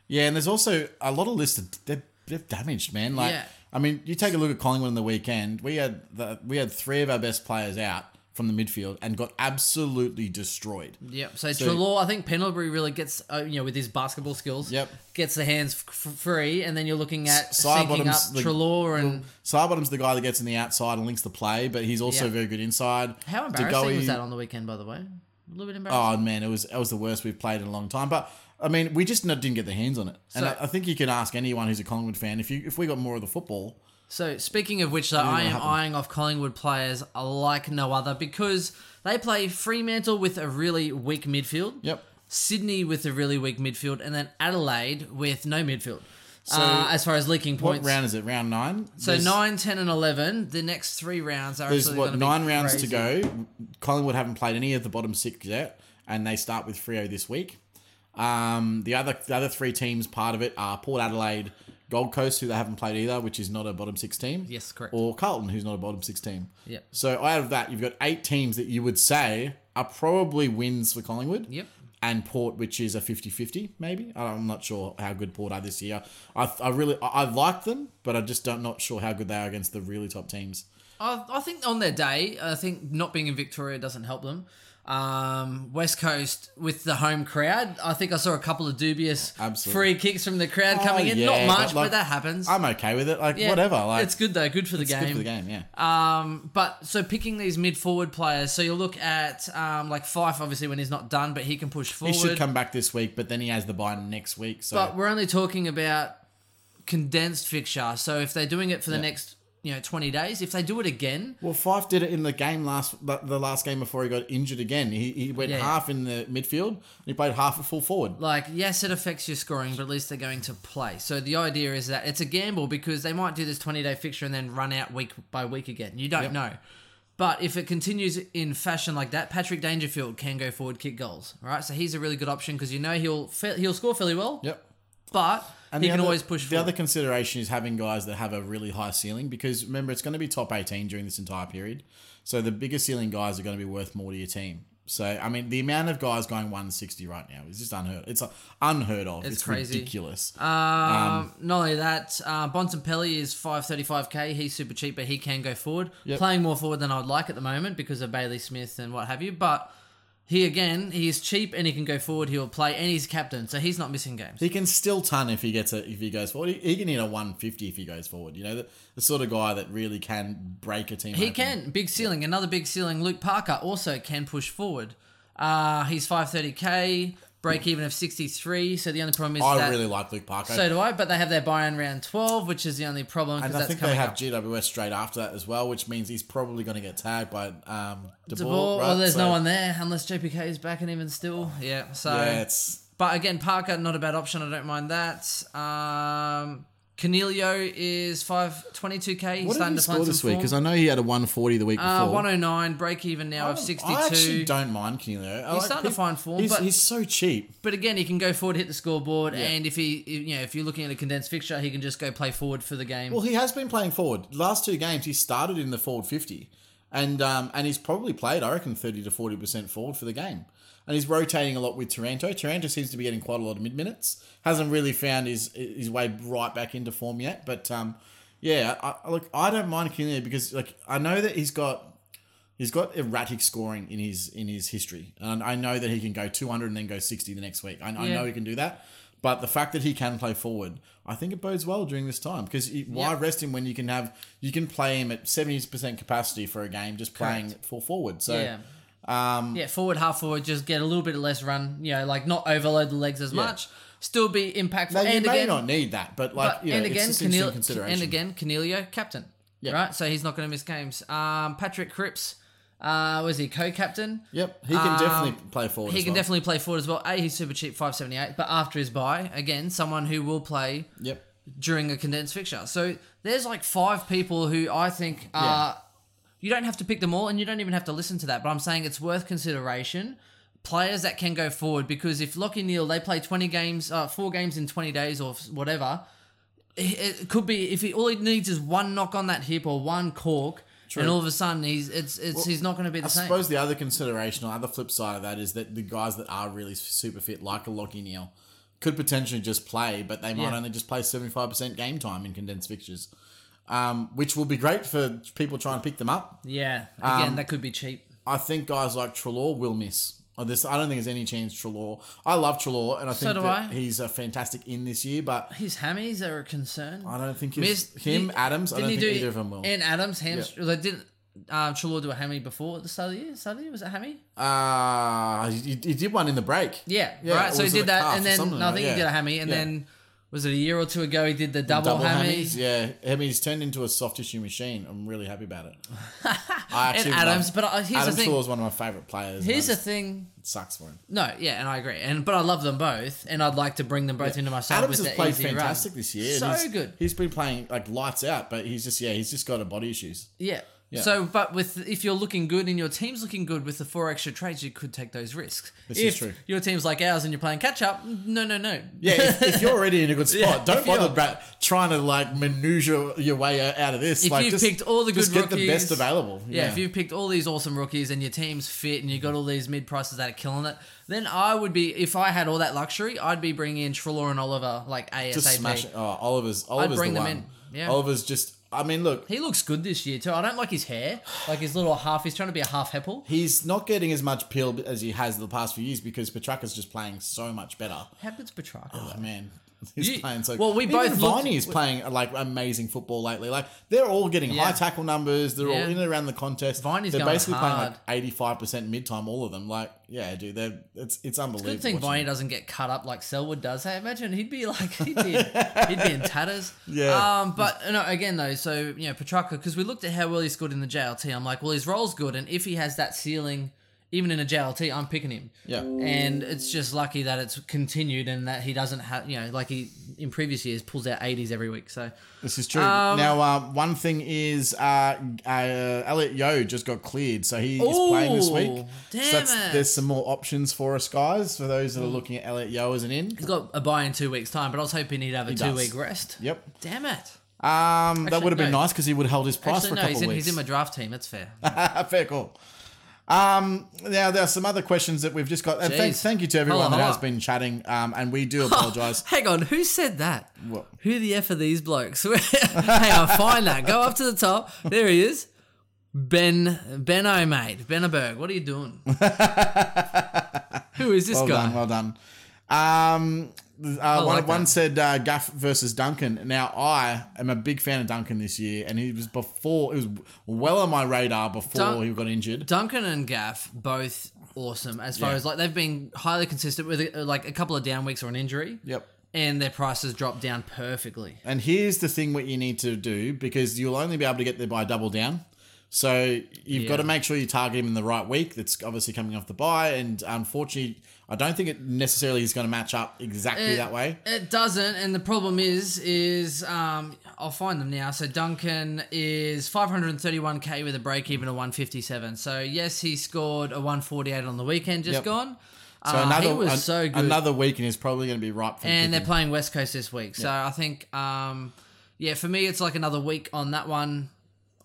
Yeah, and there's also a lot of lists that they're, they're damaged, man. Like, Yeah. I mean, you take a look at Collingwood on the weekend. We had the, we had three of our best players out from the midfield and got absolutely destroyed. Yep. So, Trelaw, I think Pendlebury really gets, uh, you know, with his basketball skills, Yep. gets the hands f- f- free, and then you're looking at S- side syncing bottoms, up the- Trelaw and Sarbottom's the guy that gets in the outside and links the play, but he's also Yeah. very good inside. how embarrassing Degoe- was that on the weekend? By the way, a little bit embarrassing. Oh man, it was it was the worst we've played in a long time. But I mean, we just not, didn't get the hands on it. And So- I, I think you can ask anyone who's a Collingwood fan if you if we got more of the football. So speaking of which, though, I am eyeing off Collingwood players like no other because they play Fremantle with a really weak midfield. Yep. Sydney with a really weak midfield, and then Adelaide with no midfield. uh, as far as leaking points, What round is it? Round nine. so There's- nine, ten, and eleven. The next three rounds are There's actually what gonna nine be rounds crazy. to go. Collingwood haven't played any of the bottom six yet, and they start with Frio this week. Um, the other the other three teams part of it are Port Adelaide, Gold Coast, who they haven't played either, which is not a bottom six team. Yes, correct. Or Carlton, who's not a bottom six team. Yep. So out of that, you've got eight teams that you would say are probably wins for Collingwood. Yep. And Port, which is a 50-50, maybe. I- I'm not sure how good Port are this year. I, I really I, I like them, but I just don't not sure how good they are against the really top teams. I, I think on their day, I think not being in Victoria doesn't help them. Um, West Coast with the home crowd. I think I saw a couple of dubious Absolutely. free kicks from the crowd Oh, coming in. yeah, not but much, but, like- that happens. I'm okay with it. Like Yeah, whatever. Like it's good though. Good for the it's game. good for the game. Yeah. But so picking these mid forward players. So you look at um, like Fife, obviously when he's not done, but he can push he forward. should come back this week, but then he has the bye next week. So But we're only talking about condensed fixture. So if they're doing it for the Yeah. next you know twenty days, if they do it again, well, Fife did it in the game last the the last game before he got injured again. He, he went Yeah. half in the midfield. And he played half at full forward. like yes it affects your scoring but at least they're going to play so the idea is that it's a gamble because they might do this 20 day fixture and then run out week by week again you don't Yep. know but if it continues in fashion like that patrick dangerfield can go forward kick goals right so he's a really good option because you know he'll fa- he'll score fairly well Yep. but And he the can other- always push The forward other consideration is having guys that have a really high ceiling because remember it's going to be top 18 during this entire period. So the bigger ceiling guys are going to be worth more to your team. So I mean, the amount of guys going 160 right now is just unheard. It's uh, unheard of. It's, crazy. ridiculous. Um, not only that, uh, Bontempelli is 535k. He's super cheap, but he can go forward. Yep. Playing more forward than I'd like at the moment because of Bailey Smith and what have you. But he, again, he is cheap and he can go forward. He'll play and he's captain, so he's not missing games. He can still ton if he gets a if he goes forward. He, he can hit a one fifty if he goes forward. You know the, the sort of guy that really can break a team. He open. can. Big ceiling. Another big ceiling. Luke Parker also can push forward. Uh, he's 530k, break even of 63. So the only problem is I that. really like Luke Parker. so do I, but they have their buy in round 12, which is the only problem because and I that's think coming they have up. GWS straight after that as well, which means he's probably going to get tagged by um, DeBoer. Well, right? well, there's So, no one there unless JPK is back and even still. Yeah, so. Yeah, it's But again, Parker, not a bad option. I don't mind that. Um, Canelio is 522k. He's what did starting he to play score this some week? form. Because I know he had a one forty the week before. uh, 109, break even now I of don't- Oh, I actually 62. don't mind Canelo. I He's starting to find form, He's, but- he's so cheap. But again, he can go forward, hit the scoreboard, and if he, you know, if you're looking at a condensed fixture, he can just go play forward for the game. Well, he has been playing forward. Last two games, he started in the forward fifty, and um, and he's probably played, I reckon, thirty to forty percent forward for the game. And he's rotating a lot with Taranto. Taranto seems to be getting quite a lot of mid minutes. Hasn't really found his his way right back into form yet. But um, yeah, I, I- look, I don't mind Kinnear because like I know that he's got he's got erratic scoring in his in his history, and I know that he can go 200 and then go 60 the next week. I, I Yeah. know he can do that, but the fact that he can play forward, I think it bodes well during this time because why Yeah. rest him when you can have you can play him at 70 percent capacity for a game just playing full forward. So yeah. Um, yeah, forward, half forward, just get a little bit less run, you know, like not overload the legs as much, still be impactful. now, you and may again, not need that, but like But, you know, and, it's again, just interesting Canel- consideration. and again, Canelio, captain. Yeah. Right? So he's not going to miss games. Um, Patrick Cripps, uh, was he co captain? yep, he can definitely play forward. um, He as can well. definitely play forward as well. A, he's super cheap, 578. But after his buy, again, someone who will play Yep. during a condensed fixture. So there's like five people who I think are. You don't have to pick them all, and you don't even have to listen to that. But I'm saying it's worth consideration players that can go forward because if Lockie Neal they play twenty games, uh, four games in twenty days or whatever, it, it could be if he, all he needs is one knock on that hip or one cork, and all of a sudden he's it's it's he's not going to be the I same. suppose the other consideration, or other flip side of that, is that the guys that are really super fit, like a Lockie Neal, could potentially just play, but they might Yeah. only just play seventy five percent game time in condensed fixtures, um, which will be great for people trying to pick them up. yeah, again Um, that could be cheap. I think guys like Trelaw will miss. Or this, I don't think there's any chance Trelaw. I love Trelaw, and I think do that I. he's a fantastic in this year, but His hammies are a concern. I don't think his, him, he- Adams. I don't didn't he think do- either of them will. And Adams hamstring. Like, didn't um, Chalor do a hammy before at the start of the year? Start of the year was it hammy? Uh, he, he did one in the break. Yeah, Yeah, right. or So he was it a did that, calf and or something then no, I like think that, he did a yeah. hammy, and Yeah. then was it a year or two ago he did the double, double hammy? hammies. Yeah, Hemi's turned into a soft tissue machine. I'm really happy about it. I And actually Adams, love- but uh, here's Adams the thing. Shaw is one of my favorite players. Here's the and I just- thing. it sucks for him. No, yeah, and I agree. And but I love them both, and I'd like to bring them both into my side. Adams with the has played easy run. fantastic this year. and So he's- good. He's been playing like lights out, but he's just yeah, he's just got a body issues. Yeah. Yeah. So, but with if you're looking good and your team's looking good with the four extra trades, you could take those risks. This if is true. Your team's like ours, and you're playing catch up. No, no, no. Yeah, if, if you're already in a good spot, Yeah, don't if you're- bother about trying to like maneuver your way out of this. If like, you've just, picked all the good just get the best rookies- available. Yeah, if you've picked all these awesome rookies and your team's fit and you got all these mid prices that are killing it, then I would be if I had all that luxury, I'd be bringing in Trelaw and Oliver like ASAP. just smash it. Oh, Oliver's Oliver's bring the them one. in. Yeah. Oliver's just. I mean, look, He looks good this year too. I don't like his hair, like his little half. He's trying to be a half heppel. he's not getting as much peel as he has the past few years because Petraka's just playing so much better. How good's Petrarca? Oh, man. He's You- playing so well, we even both looked- Viney is playing uh, like amazing football lately. Like they're all getting Yeah. high tackle numbers. They're Yeah. all in and around the contest. Viney's they're going basically playing hard. like eighty five percent mid time. All of them. Like yeah, dude. They're it's it's unbelievable. Good thing watching Viney them. doesn't get cut up like Selwood does. Hey, imagine he'd be like he'd be in, he'd be in tatters. Yeah. Um, but no, again though, so you know Petrarca, because we looked at how well he scored in the JLT. I'm like, well, his role's good, and if he has that ceiling, even in a JLT, I'm picking him. Yeah. And it's just lucky that it's continued and that he doesn't have you know like he in previous years pulls out 80s every week. So This is true. Um, now, uh, one thing is uh, uh, Elliot Yo just got cleared, so he is playing this Ooh, week. damn so that's- it. Hmm. There's some more options for us, guys, for those that are looking at Elliot Yo as an in. he's got a buy in two weeks time, but I was hoping he'd have a two does. week rest. Yep. Damn it. Um, that Actually, would have been no. nice because he would have held his price Actually, for a no, couple he's in, weeks. he's in my draft team. That's fair. Fair call. Um, now there are some other questions that we've just got. And thank, Jeez. thank you to everyone Hold on, that hold has on. been chatting. Um, and we do apologize. Hang on, who said that? What? Who the F are these blokes? Hang on, find that. Go up to the top. There he is. Ben Benno mate. Bennerberg, what are you doing? who is this well guy? done, well done. Um, uh, one, Oh, like one that. said uh, Gaff versus Duncan. Now I am a big fan of Duncan this year, and he was before. It was well on my radar before Dun- he got injured. Duncan and Gaff both awesome as far Yeah. as like they've been highly consistent with uh, like a couple of down weeks or an injury. Yep. And their prices dropped down perfectly. And here's the thing: what you need to do because you'll only be able to get there by double down. So you've got to Yeah. make sure you target him in the right week. That's obviously coming off the bye, and unfortunately, I don't think it necessarily is going to match up Uh, exactly that way. It doesn't, and the problem is, is um, I'll find them now. So Duncan is 531k with a break even of 157. So yes, he scored a 148 on the weekend just Yep. gone. So Uh, he was an- so good. another Mm-hmm. week, and he's probably going to be ripe for the and they're picking. playing West Coast this week, so I think, um, yeah, for me, it's like another week on that one.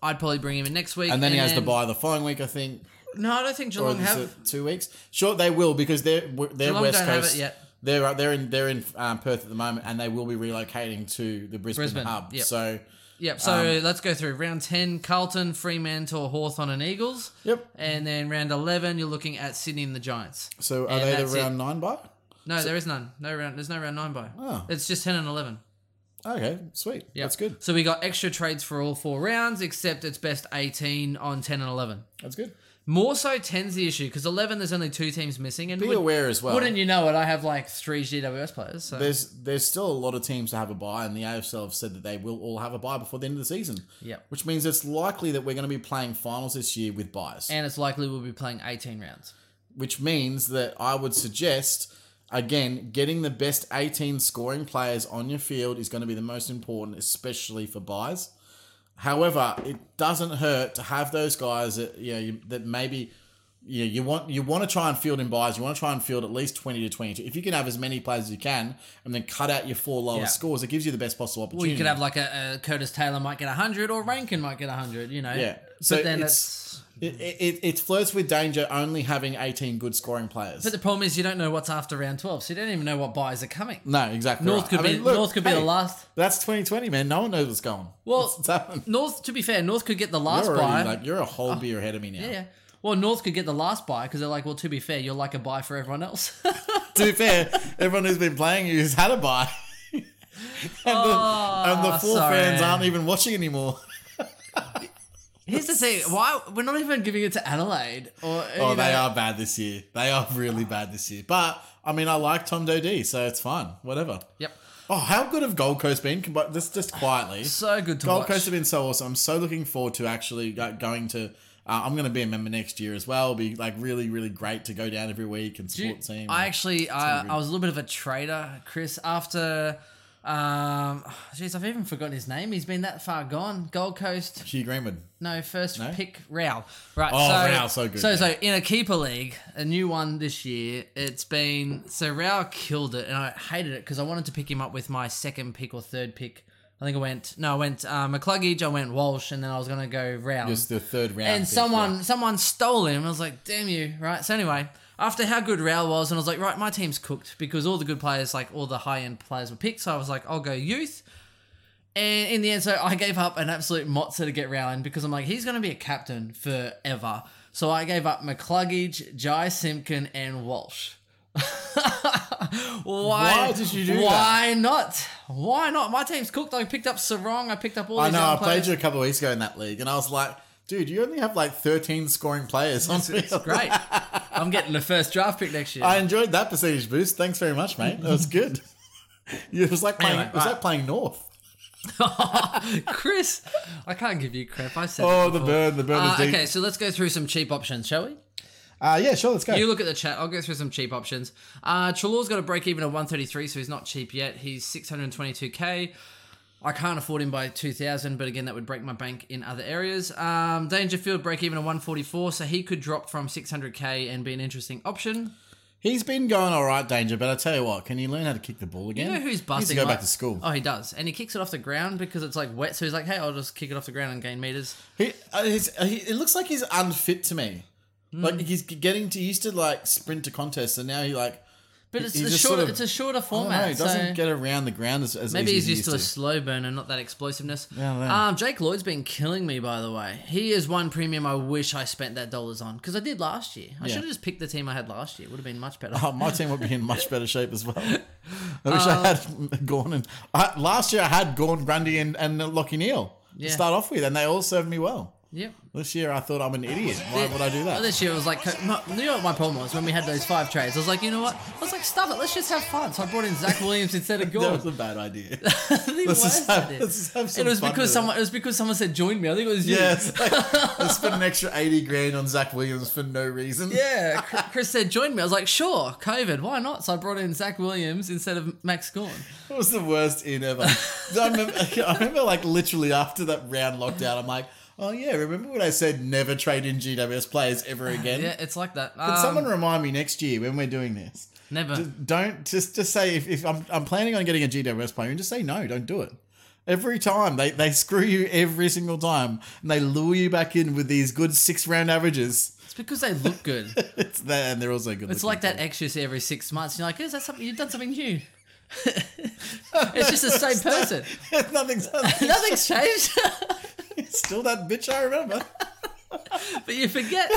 I'd probably bring him in next week, And then he has the bye the following week, I think, No, I don't think or Geelong is have. it two weeks. Sure, they will because they're they're Geelong West don't have Coast. it yet. They're uh, they're in they're in um, Perth at the moment, and they will be relocating to the Brisbane, Brisbane, hub. yep. So Yep. So Um, let's go through round ten: Carlton, Fremantle, Hawthorn, and Eagles. Yep. And then round eleven, you're looking at Sydney and the Giants. so are And they the that's it. round nine bye? No, there is none. No round. There's no round nine by. Oh. It's just ten and eleven. Okay, sweet. Yeah, That's good. So we got extra trades for all four rounds, except it's best eighteen on ten and eleven. That's good. More so, 10's the issue because eleven there's only two teams missing, and Be would, aware as well. wouldn't you know it? I have like three GWS players. So There's there's still a lot of teams to have a buy, and the AFL have said that they will all have a buy before the end of the season. Yep. Which means it's likely that we're going to be playing finals this year with buys. and it's likely we'll be playing eighteen rounds. which means that I would suggest again getting the best 18 scoring players on your field is going to be the most important, especially for buys. However, it doesn't hurt to have those guys that you know you, that maybe yeah, you want you want to try and field in buys. You want to try and field at least twenty to twenty-two. If you can have as many players as you can, and then cut out your four lowest Yeah. scores, it gives you the best possible Well, opportunity. you could have like a, a Curtis Taylor might get 100 or Rankin might get 100, you know? Yeah. So So but then it's- it's. it, it, it flirts with danger only having eighteen good scoring players. But the problem is you don't know what's after round 12, so you don't even know what buys are coming. no, exactly. North right. could I be mean, look, North could be hey, the last. That's twenty twenty, man. No one knows what's going. Well, What's- what's happening? North, to be fair, North could get the last You're buy. already, like you're a whole beer ahead of me now. yeah, yeah. Well, North could get the last buy because they're like, well, to be fair, you're like a buy for everyone else. to be fair, everyone who's been playing you has had a buy. and, the, and the Ah, four sorry. fans aren't even watching anymore. Here's the thing: why we're not even giving it to Adelaide? Or, Oh, you they know- are bad this year. They are really bad this year. But I mean, I like Tom Dodie, so it's fine. Whatever. Yep. Oh, how good have Gold Coast been? But this just quietly. So good to Gold watch. Coast have been so awesome. I'm so looking forward to actually go- going to. Uh, I'm going to be a member next year as well. It'll be like really, really great to go down every week and Do you- support the team. I actually, I, I was a little bit of a traitor, Chris. After, um, jeez, I've even forgotten his name. He's been that far gone. Gold Coast, Hugh Greenwood. no first No? pick, Rao. Right. Oh, so, Rao, so good, So, yeah. so in a keeper league, a new one this year. It's been so Rao killed it, and I hated it because I wanted to pick him up with my second pick or third pick. I think I went no, I went uh, McCluggage, I went Walsh, and then I was gonna go Rao Just the third round. and pick, someone yeah. someone stole him. I was like, damn you, right? So anyway, after how good Raul was, and I was like, right, my team's cooked because all the good players, like all the high end players, were picked. So I was like, I'll go youth. And in the end, so I gave up an absolute mozza to get Rowland because I'm like, he's going to be a captain forever. So I gave up McCluggage, Jai Simpkin, and Walsh. why, Why did you do Why not? Why not? My team's cooked. I picked up Sarong. I picked up all I these know. young I played players. you a couple of weeks ago in that league, and I was like, dude, you only have like 13 scoring players. On field. Great. I'm getting the first draft pick next year. I enjoyed that percentage boost. Thanks very much, mate. That was good. it was like playing. Anyway, it was like right. playing North. Chris, I can't give you crap. I said. Oh, it the before. burn, the burn is Uh, deep. Okay, so let's go through some cheap options, shall we? Uh, yeah, sure. Let's go. You look at the chat. I'll go through some cheap options. Uh, Trelaw's got a break even at 133, so he's not cheap yet. He's 622k. I can't afford him by 2000, but again, that would break my bank in other areas. Um, Dangerfield break even at 144, so he could drop from 600k and be an interesting option. He's been going all right, Danger. But I tell you what, can you learn how to kick the ball again? You know who's He needs busting? to go like- back to school. Oh, he does, and he kicks it off the ground because it's like wet. So he's like, "Hey, I'll just kick it off the ground and gain meters." He, uh, he's, uh, he, it looks like he's unfit to me. Hmm. Like he's getting to he used to like sprint to contests, and now he like But it's He a just shorter, sort of- it's a shorter I don't format. know, he doesn't so get around the ground as, as maybe easy he's as he used to a used slow burn and not that explosiveness. Yeah, I know. um, Jake Lloyd's been killing me, by the way. He is one premium I wish I spent that dollars on because I did last year. I Yeah. should have just picked the team I had last year. Would have been much better. Oh, my team would be in much better shape as well. I wish Uh, I had Gorn and I, last year I had Gorn, Grundy, and, and Lockie Neal Yeah. to start off with, and they all served me well. yep. This year I thought I'm an idiot. Why would I do Well, that? This year was like, my- you know what my problem was when we had those five trades. I was like, you know what? I was like, stuff it. Let's just have fun. So I brought in Zach Williams instead of That Gordon. was a bad idea. The let's worst just have- idea. let's just have some it was fun with because it. someone. It was because someone said join me. I think it was you. yes, I spent an extra eighty grand on Zach Williams for no reason. Yeah, Chr- Chris said, join me. I was like, sure, COVID, why not? So I brought in Zach Williams instead of Max Gorn. It was the worst in ever. I remember, I remember, like literally after that round lockdown, I'm like, oh yeah, remember when I said never trade in GWS players ever again? Yeah, it's like that. Can Um, someone remind me next year when we're doing this? Never. Just don't just just say if, if I'm, I'm planning on getting a GWS player and just say no, don't do it. Every time they, they screw you every single time and they lure you back in with these good six round averages. it's because they look good. It's that and they're also good. It's like that ex you see every six months. You're like, is that something? You've done something new. it's just the same person. Nothing's Nothing's changed, it's still that bitch I remember. but you forget.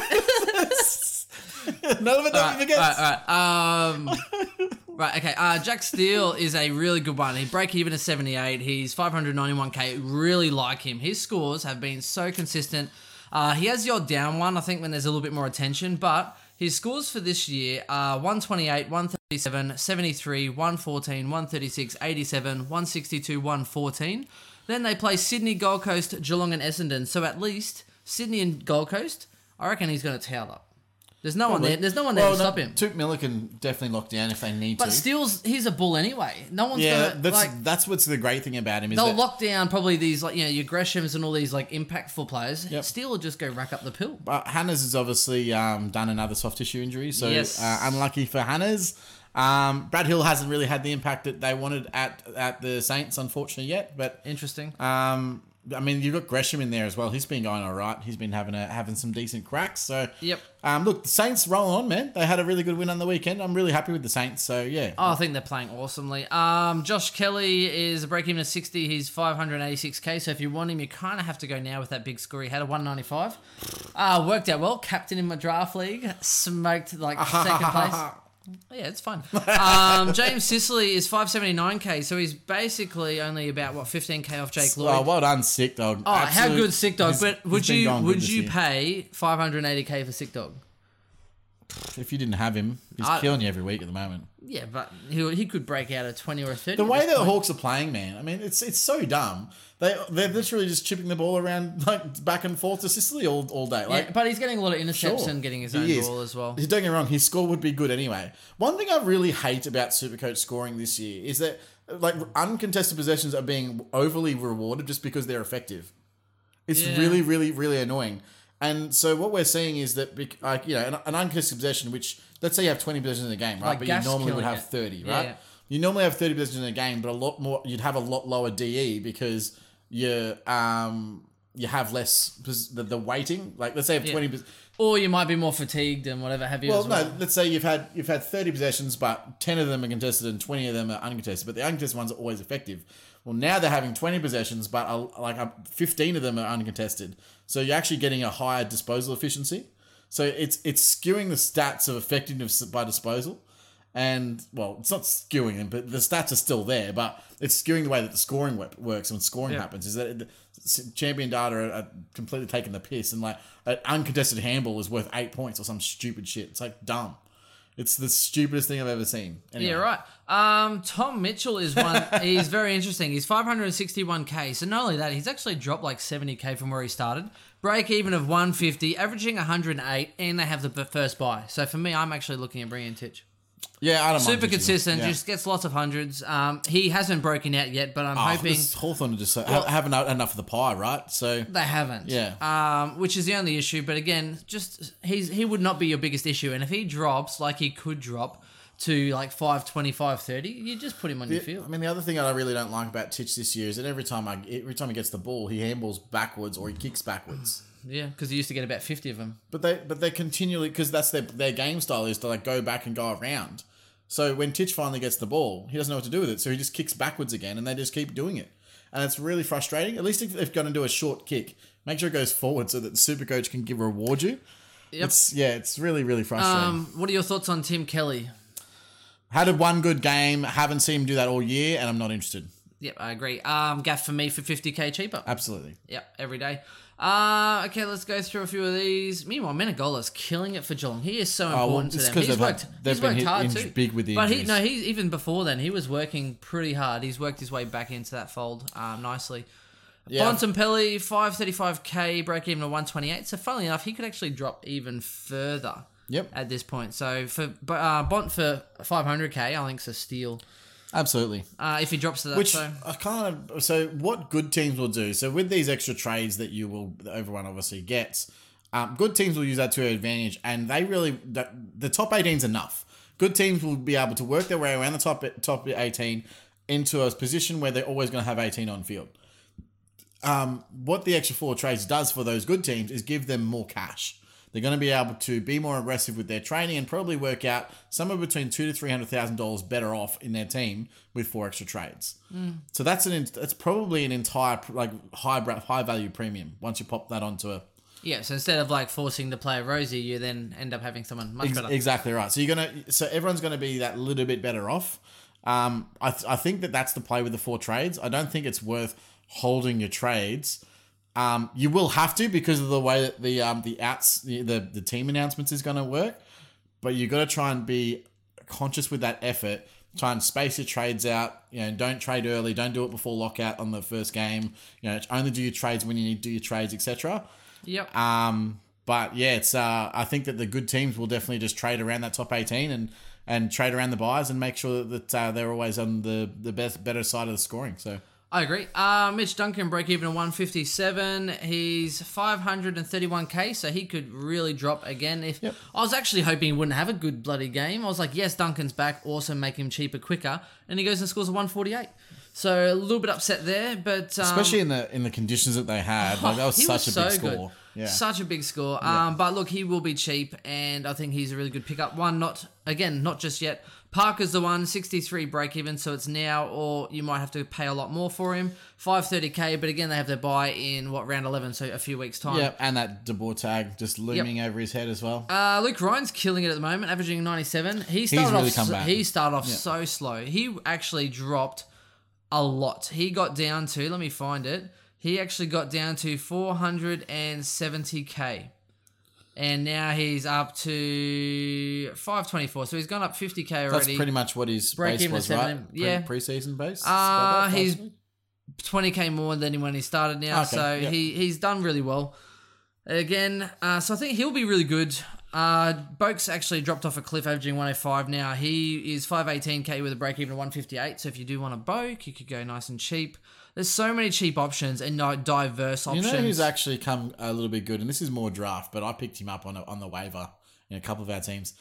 None of it All never right, forgets. all right, all right. Um, right, okay. Uh, Jack Steele is a really good one. He break even at 78. He's 591k. Really like him. His scores have been so consistent. Uh, he has the odd down one, I think, when there's a little bit more attention, but his scores for this year are 128, 137, 73, 114, 136, 87, 162, 114. Then they play Sydney, Gold Coast, Geelong, and Essendon. So at least Sydney and Gold Coast, I reckon he's going to towel up. There's no one Probably. there. There's no one there Well, to no, stop him. Tuke Miller can definitely lock down if they need But to. Steele's he's a bull anyway. No one's yeah, gonna that's like that's what's the great thing about him is they'll that, lock down probably these like you know your Greshams and all these like impactful players. Yep. Steele will just go rack up the pill. But Hannah's uh, has obviously um, done another soft tissue injury, so Yes. uh, unlucky for Hannah's. Um, Brad Hill hasn't really had the impact that they wanted at at the Saints, unfortunately, yet. But Interesting. um, I mean, you've got Gresham in there as well. He's been going all right. He's been having a, having some decent cracks. So Yep. Um, look, the Saints rolling on, man. They had a really good win on the weekend. I'm really happy with the Saints. So yeah, Oh, I think they're playing awesomely. Um, Josh Kelly is breaking even at 60. He's 586k. So if you want him, you kind of have to go now with that big score he had at 195. Uh, worked out well. Captain in my draft league. Smoked like second place. Yeah, it's fun. Um, James Sicily is 579k. So he's basically only about, what, 15k off Jake Lloyd. oh, well done, sick dog. Oh, how good sick dog! but would you would you pay pay 580k for sick dog? if you didn't have him? He's I- killing you every week at the moment. Yeah, but he, he could break out a 20 or a 30. The at way this that the point. Hawks are playing, man, I mean, it's it's so dumb. They they're literally just chipping the ball around like back and forth to Sicily all, all day. Like, yeah, but he's getting a lot of intercepts sure, and getting his he own is. goal as well. Don't get me wrong, his score would be good anyway. One thing I really hate about Supercoach scoring this year is that like uncontested possessions are being overly rewarded just because they're effective. It's Yeah. really, really, really annoying. And so what we're seeing is that bec- like you know an, an uncontested possession, which let's say you have twenty possessions in a game, right? Like but you Gaff's normally would killing have it. thirty, Yeah, right? yeah. You normally have thirty possessions in a game, but a lot more. You'd have a lot lower DE because you um you have less pos- the, the weighting. Like let's say you have twenty. pos- Or you might be more fatigued and whatever have you. well, as well. no. Let's say you've had you've had thirty possessions, but ten of them are contested and twenty of them are uncontested. But the uncontested ones are always effective. Well, now they're having twenty possessions, but uh, like uh, fifteen of them are uncontested. So you're actually getting a higher disposal efficiency. So it's it's skewing the stats of effectiveness by disposal, and well, it's not skewing them, but the stats are still there. But it's skewing the way that the scoring wep- works and when scoring happens. Is that it, s- champion data are, are completely taking the piss, and like an uncontested handball is worth eight points or some stupid shit. It's like dumb. It's the stupidest thing I've ever seen. Anyway. Yeah, right. Um, Tom Mitchell is one. he's very interesting. He's 561k. So not only that, he's actually dropped like 70k from where he started. Break even of 150, averaging 108, and they have the b- first buy. So for me, I'm actually looking at bringing Titch. Yeah, I don't mind Super Mitchell. consistent, Yeah. just gets lots of hundreds. Um, he hasn't broken out yet, but I'm Oh, hoping this Hawthorne are just so, ha- haven't had enough of the pie, right? So They haven't. Yeah. Um, which is the only issue. But again, just he's he would not be your biggest issue. And if he drops, like he could drop to like 520, 530, you just put him on your Yeah, field. I mean, the other thing I really don't like about Titch this year is that every time I every time he gets the ball, he handballs backwards or he kicks backwards. yeah, because he used to get about 50 of them. But they but they continually because that's their their game style is to like go back and go around. So when Titch finally gets the ball, he doesn't know what to do with it. So he just kicks backwards again, and they just keep doing it, and it's really frustrating. At least if they're going to do a short kick, make sure it goes forward so that the super coach can give reward you. It's yeah, it's really really frustrating. Um, what are your thoughts on Tim Kelly? Had a one good game, haven't seen him do that all year, and I'm not interested. Yep, I agree. Um, gaff for me for 50k cheaper. Absolutely. Yep, every day. Uh, okay, let's go through a few of these. Meanwhile, Menegola's killing it for Geelong. He is so Oh, well, important it's to 'cause them. He's they've worked, had- they've he's been worked hit- hard injured too. big with the but he, injuries. no, he's even before then. He was working pretty hard. He's worked his way back into that fold um, nicely. Yeah. Bontempelli, 535k, break even to 128. So, funnily enough, he could actually drop even further Yep. at this point. So, for but, uh, Bont for 500k, I think it's a steal. Absolutely. Uh, if he drops to that, Which so. I kind of so what good teams will do. So with these extra trades that you will, that everyone obviously gets. Um, good teams will use that to their advantage, and they really the, the top 18's enough. Good teams will be able to work their way around the top top eighteen into a position where they're always going to have eighteen on field. Um, what the extra four trades does for those good teams is give them more cash. They're going to be able to be more aggressive with their training and probably work out somewhere between two to three hundred thousand dollars better off in their team with four extra trades. So that's an that's probably an entire like high bra- high value premium once you pop that onto a Yeah, so instead of like forcing to play Rosie, you then end up having someone much Ex- better. Exactly right. So you're gonna. So everyone's gonna be that little bit better off. Um, I th- I think that that's the play with the four trades. I don't think it's worth holding your trades. Um, you will have to because of the way that the um the outs the the, the team announcements is gonna work. But you got to try and be conscious with that effort. Try and space your trades out. You know, don't trade early. Don't do it before lockout on the first game. You know, only do your trades when you need to do your trades, etc. Yep. Um, But yeah, it's uh, I think that the good teams will definitely just trade around that top eighteen and and trade around the buys and make sure that uh, they're always on the the best better side of the scoring. So I agree. Uh, Mitch Duncan break even at 157. He's 531k, so he could really drop again. If Yep. I was actually hoping he wouldn't have a good bloody game, I was like, yes, Duncan's back. Also, make him cheaper, quicker, and he goes and scores a 148. So a little bit upset there, but um, especially in the in the conditions that they had, like that was Oh, he such a big so good. score. Yeah. Such a big score. Um, But look, he will be cheap, and I think he's a really good pickup. One, not again, not just yet. Parker's the one, 63 break even, so it's now, or you might have to pay a lot more for him. 530k, but again, they have their buy in what round 11, so a few weeks' time. yeah, and that De Boer tag just looming over his head as well. Uh, Luke Ryan's killing it at the moment, averaging 97. He started really off. come back. He started off so slow. He actually dropped a lot. He got down to. Let me find it. He actually got down to 470k, and now he's up to 524. So he's gone up 50k already. That's pretty much what his Break base even was, at right? 7, yeah. Pre- preseason base. Uh, he's 20k more than when he started now, Okay, so yeah. he he's done really well. Again, uh, so I think he'll be really good. Uh, Boak's actually dropped off a cliff, averaging 105 now. He is 518k with a break even of 158. So if you do want a Boak, you could go nice and cheap. There's so many cheap options and no diverse You options. know who's actually come a little bit good, and this is more draft, but I picked him up on a, on the waiver in a couple of our teams.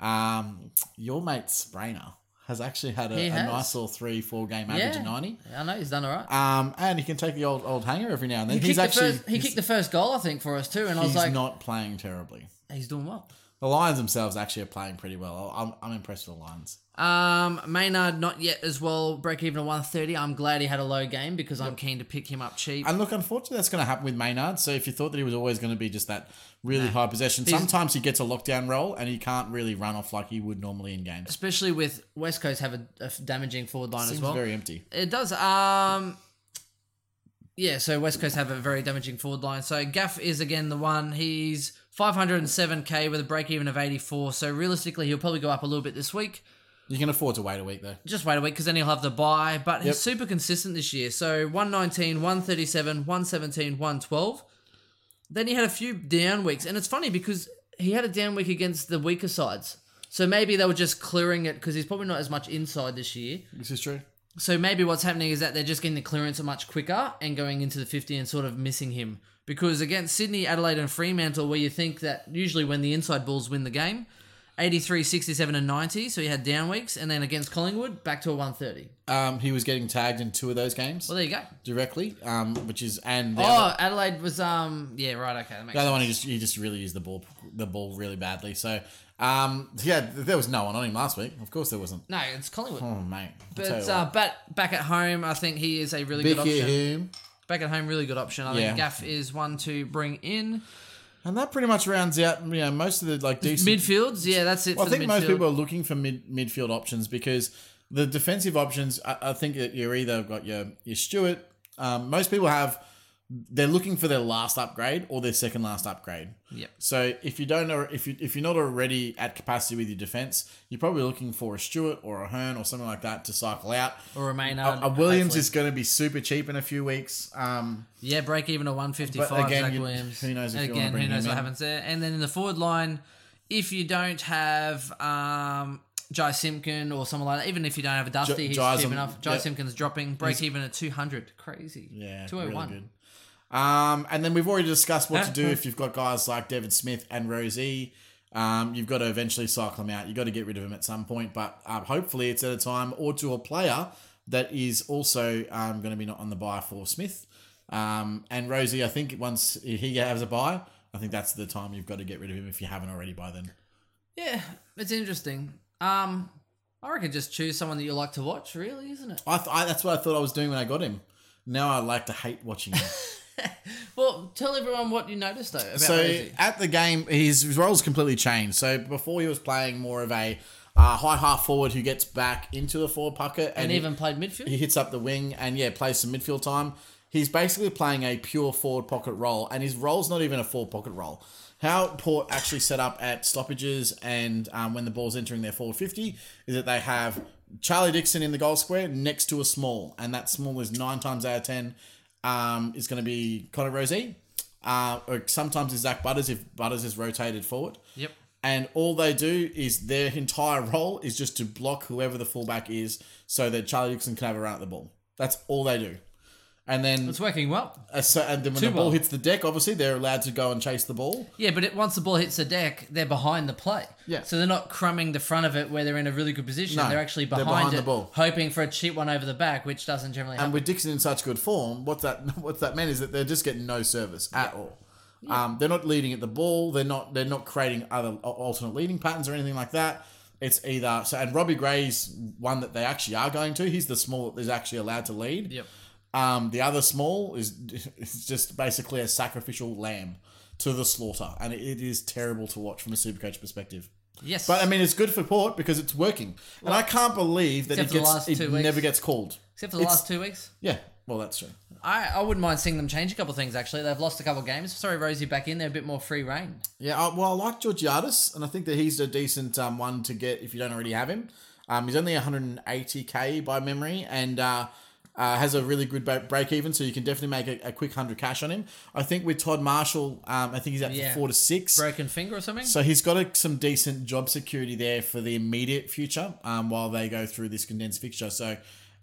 Um, your mate Sprainer has actually had a, He a has. nice little three four game average of ninety. I know he's done all right. Um, and he can take the old old hanger every now and then. he he's kicked actually the first, he he's, kicked the first goal, I think, for us too, and I was he's like, not playing terribly. he's doing well. The Lions themselves actually are playing pretty well. I'm, I'm impressed with the Lions. Um, Maynard not yet as well. Break even at one thirty. I'm glad he had a low game because I'm keen to pick him up cheap. And look, unfortunately, that's going to happen with Maynard. So if you thought that he was always going to be just that really high possession, sometimes he gets a lockdown role and he can't really run off like he would normally in games. Especially with West Coast have a, a damaging forward line Seems as well. very empty. it does. Um, yeah. So West Coast have a very damaging forward line. So Gaff is again the one. He's 507k with a break even of 84. So realistically, he'll probably go up a little bit this week. You can afford to wait a week though. just wait a week because then he'll have the buy. But Yep. he's super consistent this year. So 119, 137, 117, 112. Then he had a few down weeks. And it's funny because he had a down week against the weaker sides. So maybe they were just clearing it because he's probably not as much inside this year. This is true. So maybe what's happening is that they're just getting the clearance much quicker and going into the 50 and sort of missing him. Because against Sydney, Adelaide, and Fremantle, where you think that usually when the inside balls win the game, 83, 67, and 90. So he had down weeks. And then against Collingwood, back to a 130. Um, he was getting tagged in two of those games Well, there you go. directly, um, which is and the, Oh, other, Adelaide was, um, yeah, right, okay. That makes the sense. other one he just he just really used the ball the ball really badly. So um, yeah, there was no one on him last week. Of course there wasn't. No, it's Collingwood. Oh mate, I'll tell you But what. uh, but back at home, I think he is a really Big good option. him. Back at home, really good option. I Yeah. think Gaff is one to bring in. and that pretty much rounds out. You know, most of the like decent Midfields, yeah, that's it Well, I for the think midfield. most people are looking for mid midfield options because the defensive options. I, I think that you're either got your your Stewart. Um, most people have they're looking for their last upgrade or their second last upgrade. Yep. So if you don't know if you if you're not already at capacity with your defense, you're probably looking for a Stewart or a Hearn or something like that to cycle out. Or a Maynard, A, a Uh, Williams hopefully. is going to be super cheap in a few weeks. Um, Yeah, break even at 155, But again, Zach you- Williams. who knows if you again, wanna bring who knows him what in. happens there. And then in the forward line, if you don't have um, Jai Simpkin or someone like that, even if you don't have a Dusty, he's Jai's cheap on- enough. Jai yep. Simpkin's dropping. Break even at 200. Crazy. yeah, 201. really good. Um, and then we've already discussed what to do if you've got guys like David Smith and Rosie. Um, you've got to eventually cycle them out. You've got to get rid of them at some point, but um, hopefully it's at a time or to a player that is also um, going to be not on the buy for Smith. Um, and Rosie, I think once he has a buy, I think that's the time you've got to get rid of him if you haven't already by then. Yeah, it's interesting. Um, I reckon just choose someone that you like to watch, really, isn't it? I, th- I that's what I thought I was doing when I got him. Now I like to hate watching him. Well, tell everyone what you noticed, though, about so Rosie. at the game, his, his role's completely changed. So before he was playing more of a uh, high half forward who gets back into the forward pocket and, And he- even played midfield. he hits up the wing and yeah plays some midfield time. He's basically playing a pure forward pocket role, and his role's not even a forward pocket role. How Port actually set up at stoppages and um, when the ball's entering their forward fifty is that they have Charlie Dixon in the goal square next to a small, and that small is nine times out of ten um, is going to be Connor Rosie. uh, or sometimes is Zach Butters if Butters is rotated forward. Yep. And all they do is their entire role is just to block whoever the fullback is so that Charlie Dixon can have a run at the ball. That's all they do. And then, It's working well. uh, so, and then when too the ball well. hits the deck, obviously they're allowed to go and chase the ball. Yeah, but it, once the ball hits the deck, they're behind the play. Yeah. So they're not crumbing the front of it where they're in a really good position. No, they're actually they're behind, behind it, the ball. hoping for a cheap one over the back, which doesn't generally And happen. with Dixon in such good form, what that what that meant is that they're just getting no service at all. Um, they're not leading at the ball. They're not they're not creating other al- alternate leading patterns or anything like that. It's either so. And Robbie Gray's one that they actually are going to. He's the small that is actually allowed to lead. Yep. Um, the other small is is just basically a sacrificial lamb to the slaughter, and it, it is terrible to watch from a supercoach perspective. Yes. But I mean, it's good for Port because it's working, and I can't believe that Except it for the gets last it two weeks. never gets called. Except for the it's- last two weeks. Yeah, well, that's true. I, I wouldn't mind seeing them change a couple of things, actually. They've lost a couple of games. Sorry, Rosie, back in. They're a bit more free reign. Yeah, I, well, I like Georgiadis, and I think that he's a decent um, one to get if you don't already have him. Um, he's only 180k by memory, and uh, uh, has a really good ba- break even, so you can definitely make a, a quick hundred cash on him. I think with Todd Marshall, um, I think he's at Yeah. four to six. Broken finger or something? So he's got a, some decent job security there for the immediate future um, while they go through this condensed fixture. So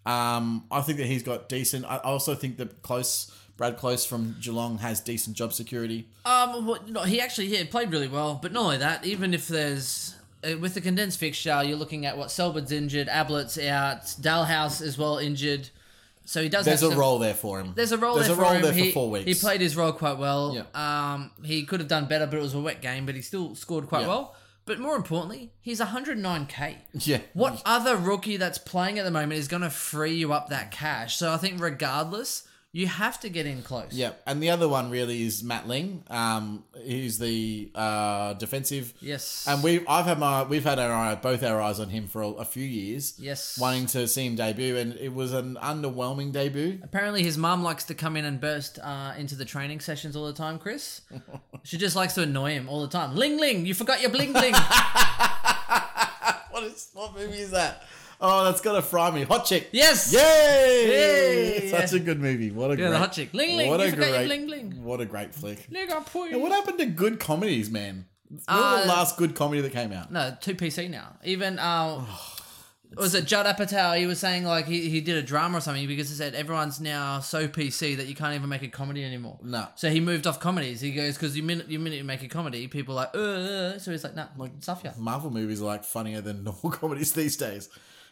um, I think that he's got decent. I I also think that close Brad Close from Geelong has decent job security. Um, well, no, he actually yeah, played really well. But not only that, even if there's uh, with the condensed fixture, you're looking at what Selbrid's injured, Ablett's out, Dalhouse is well injured. So he does. There's have a some- role there for him. There's a role. There's there a for role him. there for he, four weeks. He played his role quite well. Yeah. Um, he could have done better, but it was a wet game. But he still scored quite Yeah. well. But more importantly, he's 109k. Yeah. What other rookie that's playing at the moment is going to free you up that cash? So I think regardless, you have to get in close. Yeah, and the other one really is Matt Ling. Um, he's the uh, defensive. Yes. And we, I've had my, we've had our eye, both our eyes on him for a, a few years. Yes. wanting to see him debut, and it was an underwhelming debut. Apparently, his mum likes to come in and burst uh, into the training sessions all the time, Chris. she just likes to annoy him all the time. Ling Ling, you forgot your bling bling. What is what movie is that? Oh, that's gonna fry me. Hot chick. yes! Yay! Yay! Such a good movie. What a the great Hot Chick. Ling Ling, What you a forgot your great bling bling. What a great flick. Nigga, please. And what happened to good comedies, man? What was Uh, the last good comedy that came out? No, two PC now. Even uh, was it Judd Apatow? He was saying like he, he did a drama or something because he said everyone's now so PC that you can't even make a comedy anymore. No. So he moved off comedies. He goes because you minute you minute you make a comedy, people are like uh. So he's like, nah, like stuff ya. Marvel movies are like funnier than normal comedies these days.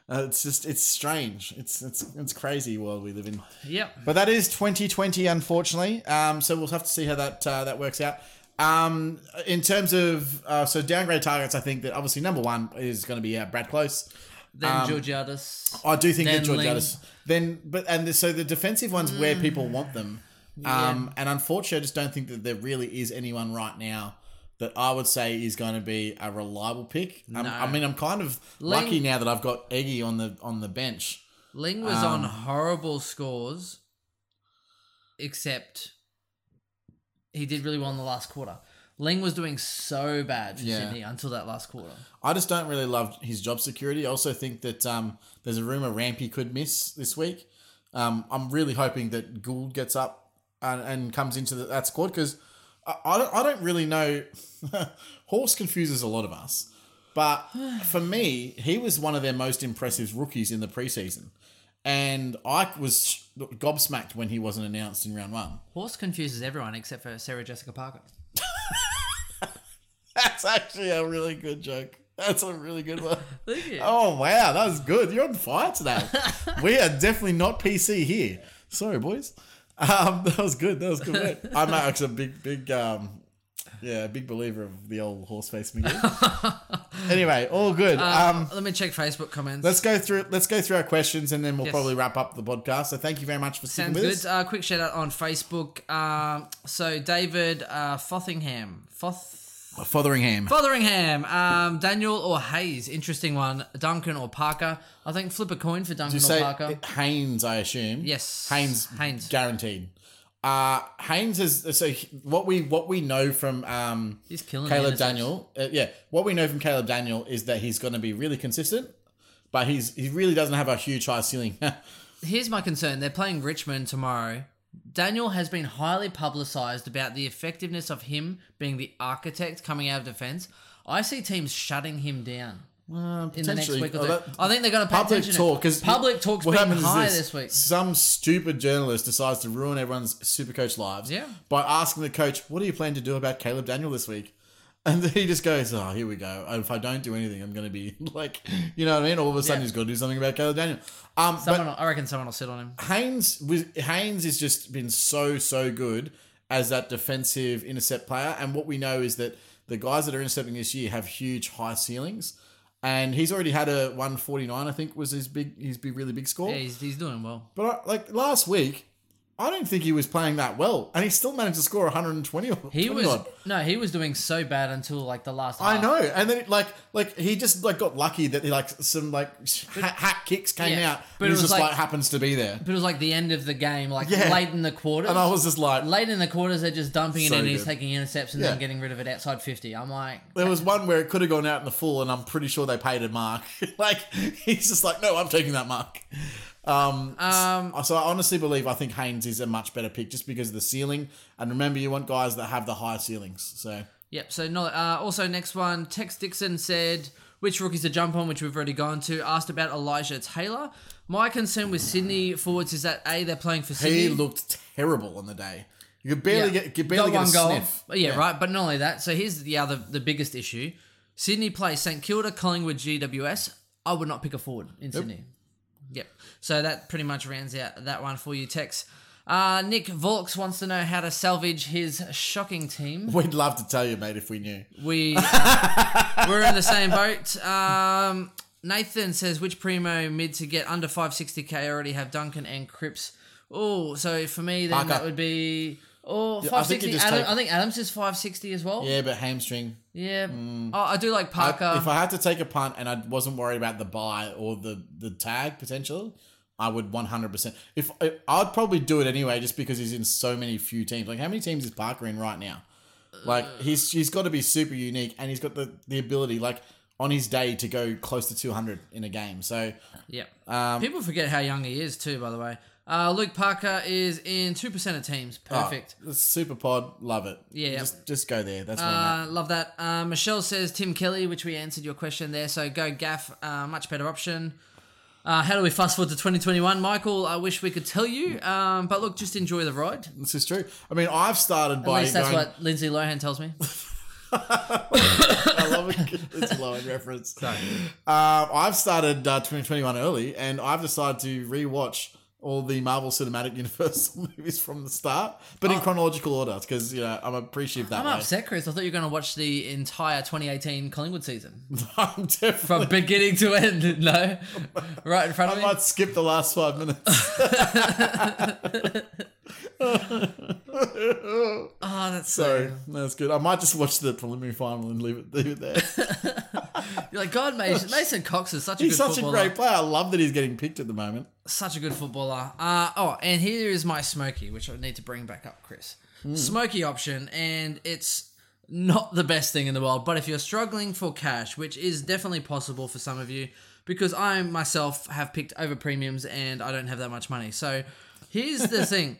Uh, it's just it's strange. It's it's it's crazy world we live in. Yep. But that is 2020, unfortunately. Um, so we'll have to see how that uh, that works out. Um, in terms of uh, so downgrade targets, I think that obviously number one is going to be uh, Brad Close. Then Georgiadis. I do think Then that George Ling. Mm. Addis. Then, but and the, so the defensive ones where people want them. Um, and unfortunately, I just don't think that there really is anyone right now that I would say is going to be a reliable pick. Um, No. I mean, I'm kind of Ling- lucky now that I've got Eggy on the on the bench. Ling was on horrible scores, except he did really well in the last quarter. Ling was doing so bad for Yeah. Sydney until that last quarter. I just don't really love his job security. I also think that um, there's a rumor Rampy could miss this week. Um, I'm really hoping that Gould gets up and, and comes into the, that squad because I, I, don't, I don't really know. Horse confuses a lot of us. But for me, he was one of their most impressive rookies in the preseason. And I was gobsmacked when he wasn't announced in round one. Horse confuses everyone except for Sarah Jessica Parker. That's actually a really good joke. That's a really good one. Thank you. Oh wow, that was good. You're on fire today. we are definitely not PC here. Sorry, boys. Um, that was good. That was good. Work. I'm actually a big, big, um, yeah, a big believer of the old horse face McGee. anyway, all good. um, Let me check Facebook comments. let's go through. Let's go through our questions, and then we'll Yes. probably wrap up the podcast. So thank you very much for sitting Sounds with good. us. Uh, quick shout out on Facebook. Um, so David uh, Fothingham, Foth Fotheringham. Fotheringham, um, Daniel or Hayes, interesting one. Duncan or Parker. I think flip a coin for Duncan You or say Parker. Haynes, I assume. Yes. Haynes. Haynes. Guaranteed. Uh, Haynes is so he- what we what we know from um He's killing the Caleb interception. Daniel. Uh, yeah, what we know from Caleb Daniel is that he's going to be really consistent, but he's he really doesn't have a huge high ceiling. Uh, Here's my concern. They're playing Richmond tomorrow Daniel has been highly publicized about the effectiveness of him being the architect coming out of defense. I see teams shutting him down in the next potentially. week or two. Oh, that- I think they're going to pay public attention. talk because public talk's been high this. week. Some stupid journalist decides to ruin everyone's supercoach lives Yeah. by asking the coach, "What do you plan to do about Caleb Daniel this week?" And he just goes, "Oh, here we go. If I don't do anything, I'm going to be like, you know what I mean? All of a sudden, Yeah. he's got to do something about Caleb Daniel." Um, but Someone, will- I reckon someone will sit on him. Haynes was Haynes has just been so so good as that defensive intercept player, and what we know is that the guys that are intercepting this year have huge high ceilings, and he's already had a one forty nine. I think was his big his big really big score. Yeah, he's, he's doing well. But I, like last week, I don't think he was playing that well, and he still managed to score one hundred and twenty. He was Ah. no, he was doing so bad until like the last. Oh I half. know, and then like like he just like got lucky that he like some like ha- hack kicks came Yeah, out, but but it it was was just like- like, happens to be there. But it was like the end of the game, like Yeah. late in the quarter. And I was just like, Late in the quarters, they're just dumping it So in, and he's good. taking intercepts and then Yeah. getting rid of it outside 50. I'm like, There was one where it could have gone out in the full, and I'm pretty sure they paid a mark. like he's just like, no, I'm taking that mark. Um, Um, so I honestly believe I think Haynes is a much better pick just because of the ceiling. And remember, you want guys that have the high ceilings. So yep. So, no, uh, also, next one, Tex Dixon said, which rookies to jump on, which we've already gone to, asked about Elijah Taylor. My concern with Sydney forwards is that A, they're playing for Sydney. he looked terrible on the day. You could barely Yeah. get, could barely Got one get a goal. sniff. But Yeah, right. But not only that. So here's the other, the biggest issue. Sydney plays St Kilda, Collingwood, GWS. I would not pick a forward in Sydney. Yep. So that pretty much rounds out that one for you, Tex. Uh, Nick Volks wants to know how to salvage his shocking team. We'd love to tell you, mate, if we knew. We we're in the same boat. Um, Nathan says which primo mid to get under 560k already have Duncan and Cripps. Oh, so for me then Parker. that would be oh I think 560. you I, just Adam, take- I think Adams is 560 as well. Yeah, but hamstring. Yeah. Oh, I do like I- Parker. if I had to take a punt and I wasn't worried about the buy or the the tag potential, I would 100%. If I- I'd probably do it anyway just because he's in so many few teams. Like how many teams is Parker in right now? Like Uh. he's he's got to be super unique and he's got the the ability like on his day to go close to 200 in a game. So yeah. um, People forget how young he is too, by the way. Uh, Luke Parker is in two percent of teams. oh, Perfect. the super pod, love it. Yeah. Just just go there. That's what I'm at. Uh, love that. Uh, Michelle says Tim Kelly, which we answered your question there. So go Gaff, uh, much better option. Uh, how do we fast forward to 2021, Michael? I wish we could tell you, um, but look, just enjoy the ride. At This is true. I mean, I've started by least that's going, what Lindsay Lohan tells me. I love it. It's a low end reference. Um, I've started uh, 2021 early, and I've decided to rewatch all the Marvel Cinematic Universe movies from the start, but in chronological order, because you know I'm appreciative that Oh. I'm way. upset, Chris. I thought you were going to watch the entire 2018 Collingwood season I'm definitely. from beginning to end. No, right in front of I me. might skip the last five minutes. Oh, that's so. So that's good. I might just watch the preliminary final and leave it, leave it there. You're like, God, Mason, Mason Cox is such a He's good such a footballer. great player. I love that he's getting picked at the moment. Such a good footballer. Uh, oh, and here is my Smoky, which I need to bring back up, Chris. Smoky option, and it's not the best thing in the world, but if you're struggling for cash, which is definitely possible for some of you, because I myself have picked over premiums and I don't have that much money. So here's the thing.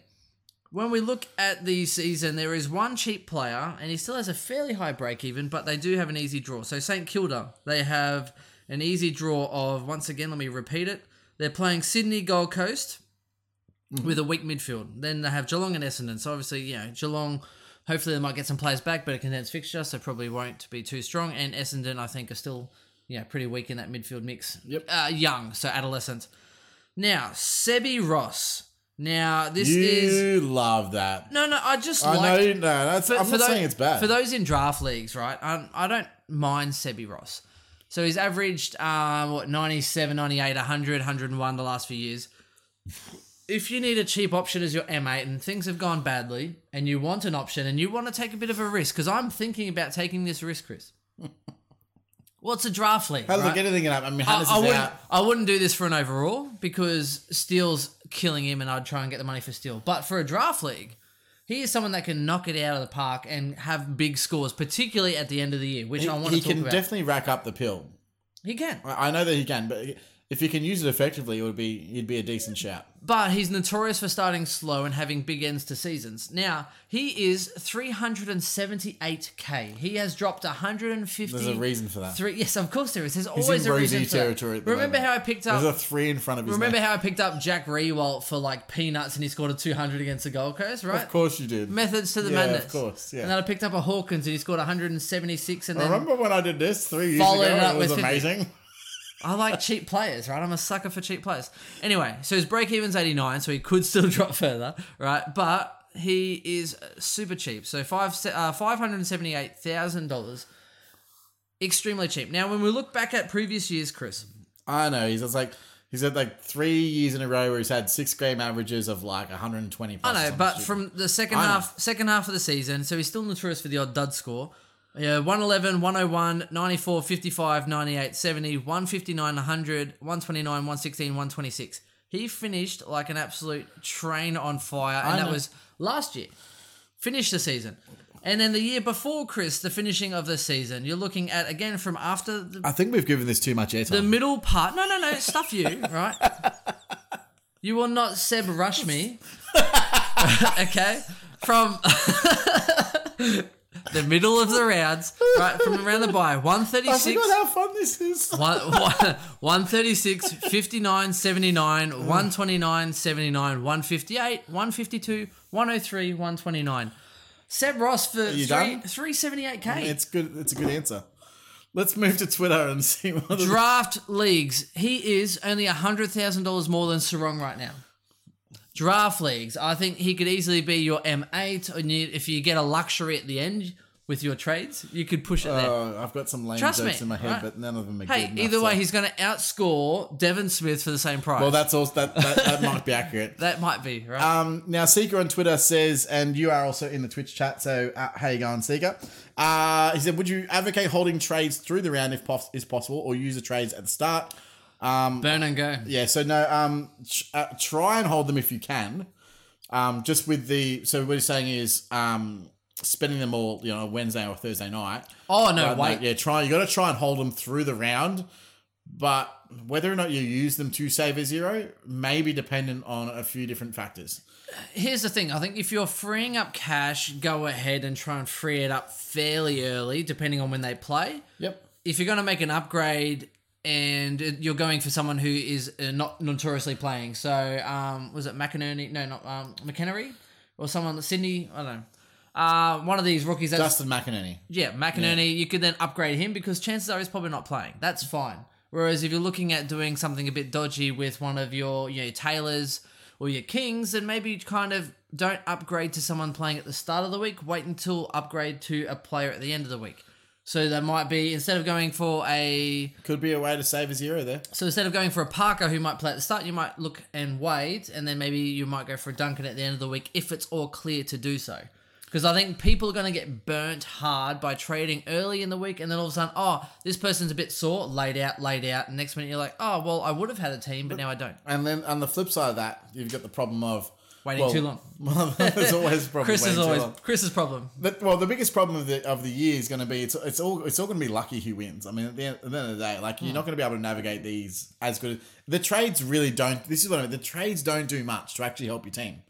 When we look at the season, there is one cheap player, and he still has a fairly high break even, but they do have an easy draw. So St Kilda, they have an easy draw of once again. Let me repeat it. They're playing Sydney Gold Coast with a weak midfield. Then they have Geelong and Essendon. So obviously, you know Geelong. Hopefully, they might get some players back, but a condensed fixture, so probably won't be too strong. And Essendon, I think, are still yeah pretty weak in that midfield mix. Yep. Uh, young, so adolescent. Now Sebi Ross. Now this You is love that. no, no, I just I know. like. you- No, that's. I'm not tho- saying it's bad. For those in draft leagues, right? Um, I don't mind Sebi Ross. So he's averaged um, what 97, 98, 100, 101 the last few years. If you need a cheap option as your M8 and things have gone badly and you want an option and you want to take a bit of a risk, because I'm thinking about taking this risk, Chris. well, it's a draft league. How does right? it get anything up? I mean, I, Hannes I is wouldn't. out. I wouldn't do this for an overall because Steele's killing him, and I'd try and get the money for Steele. But for a draft league, he is someone that can knock it out of the park and have big scores, particularly at the end of the year, which I want he to talk can about. definitely rack up the pill. he can. I I know that he can, but if you can use it effectively, it would be it'd be a decent shout. But he's notorious for starting slow and having big ends to seasons. Now, he is 378k. He has dropped 150. There's a reason for that. Three, yes, of course there is. There's He's always in a rosy reason for that. territory. at the Remember moment. how I picked up There's a three in front of his. Remember name. how I picked up Jack Rewalt for like peanuts and he scored a 200 against the Gold Coast, right? Of course you did. Methods to the Yeah, of madness. course, yeah. And then I picked up a Hawkins and he scored 176 and I then remember when I did this three years ago? Followed it up It was with 50. amazing. I like cheap players, right? I'm a sucker for cheap players. Anyway, so his break even's 89, so he could still drop further, right? But he is uh, super cheap. So five se- uh, $578,000. Extremely cheap. Now, when we look back at previous years, Chris, I know. He's just like he's had like three years in a row where he's had six game averages of like 120. Plus or I know, something but stupid. from the second I know. half, second half of the season, so he's still notorious for the odd dud score. Yeah, 111, 101, 94, 55, 98, 70, 159, 100, 129, 116, 126. He finished like an absolute train on fire, and I that know. was last year. Finished the season. And then the year before, Chris, the finishing of the season, you're looking at again from after the I think we've given this too much airtime. the middle part. No, no, no. Stuff you, right? You will not Seb rush me. okay? From the middle of the rounds, right? From around the bye, I 136. forgot how fun this is. One, one, 136, 59, 79, Hmm. 129, 79, 158, 152, 103, 129. Seb Ross for three, you done? 378k. It's good. It's a good answer. Let's move to Twitter and see what. the Draft leagues. He is only hundred thousand dollars more than Sarong right now. Draft leagues. I think he could easily be your M eight, and you, if you get a luxury at the end with your trades, you could push it there. Oh, I've got some lame Trust jokes me, in my head, right? but none of them are Hey, good. enough, either way, so- he's going to outscore Devin Smith for the same price. well, that's also that that, that might be accurate. that might be right. Um, now, Seeker on Twitter says, and you are also in the Twitch chat, so uh, how you going, Seeker? Uh, he said, would you advocate holding trades through the round if pos- is possible, or use the trades at the start? Burn and go. Um, Yeah, so no, um, tr- uh, try and hold them if you can. Um, just with the so what he's saying is um, spending them all, you know, Wednesday or Thursday night. Oh no, But, wait. yeah, try you got to try and hold them through the round, but whether or not you use them to save a zero may be dependent on a few different factors. Here's the thing. I think if you're freeing up cash, go ahead and try and free it up fairly early, depending on when they play. Yep. if you're going to make an upgrade and it- you're going for someone who is uh, not notoriously playing, so um, was it McInerney? No, not um, McHenry or someone Sydney. I don't know. Uh, one of these rookies. That's, Dustin McInerney. yeah, McInerney. You could then upgrade him because chances are he's probably not playing. That's fine. Whereas if you're looking at doing something a bit dodgy with one of your you know Taylors or your Kings, then maybe you kind of don't upgrade to someone playing at the start of the week. Wait until upgrade to a player at the end of the week. So that might be instead of going for a Could be a way to save a zero there. so instead of going for a Parker who might play at the start, you might look and wait, and then maybe you might go for a Duncan at the end of the week if it's all clear to do so. Because I think people are going to get burnt hard by trading early in the week, and then all of a sudden, oh, this person's a bit sore, laid out, laid out. And next minute, you're like, oh, well, I would have had a team, but now I don't. And then on the flip side of that, you've got the problem of Waiting too long. Well, there's always a problem. Chris is waiting too always long. Chris's problem. But, well, the biggest problem of the of the year is going to be it's it's all it's all going to be lucky who wins. I mean, at the end, at the end of the day, like Hmm. you're not going to be able to navigate these as good. The trades really don't. This is what I mean. The trades don't do much to actually help your team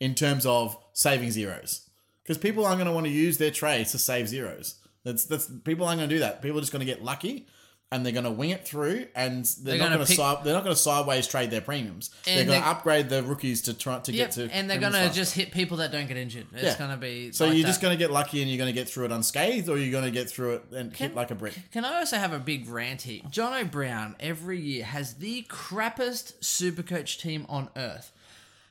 in terms of saving zeros because people aren't going to want to use their trades to save zeros. That's that's people aren't going to do that. People are just going to get lucky. And they're going to wing it through, and They're they're, not gonna going to pick- side, they're not going to sideways trade their premiums. And They're going to they- upgrade the rookies to try to Yep, get to. and they're premiums going to faster. just hit people that don't get injured. It's Yeah. going to be So like you're that. just going to get lucky and you're going to get through it unscathed, or you're going to get through it and hit like a brick. Can I also have a big rant here? John O'Brown every year has the crappest supercoach team on earth.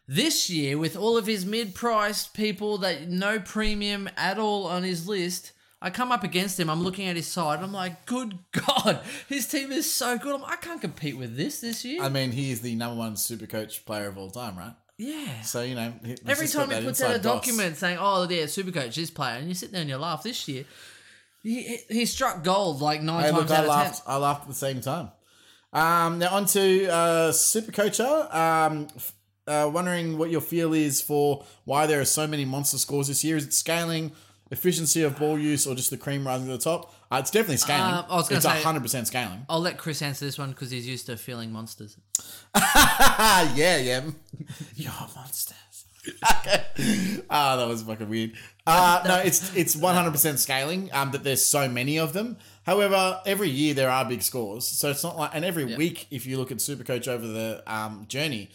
This year, with all of his mid priced people that no premium at all on his list, I come up against him. I'm looking at his side. I'm like, good God, his team is so good. I'm, I can't compete with this this year. I mean, he is the number one super coach player of all time, right? yeah. So you know, he- he's Every just got time he that puts inside out a DOS. document saying, "Oh, yeah, Supercoach this player," and you sit there and you laugh. This year, he he struck gold like nine Hey, times look, out I of laughed. ten. I laughed at the same time. Um, now on to uh, Supercoacher. Um, f- uh, wondering what your feel is for why there are so many monster scores this year. Is it scaling? efficiency of ball use, or just the cream rising to the top? Uh, it's definitely scaling. Uh, I was gonna it's say- hundred percent scaling. I'll let Chris answer this one because he's used to feeling monsters. Ah, yeah, yeah. You're monsters. Ah, that was fucking weird. Uh, no, it's it's 100% scaling. Um, that there's so many of them. However, every year there are big scores, so it's not like. And every week, if you look at Supercoach over the um, journey,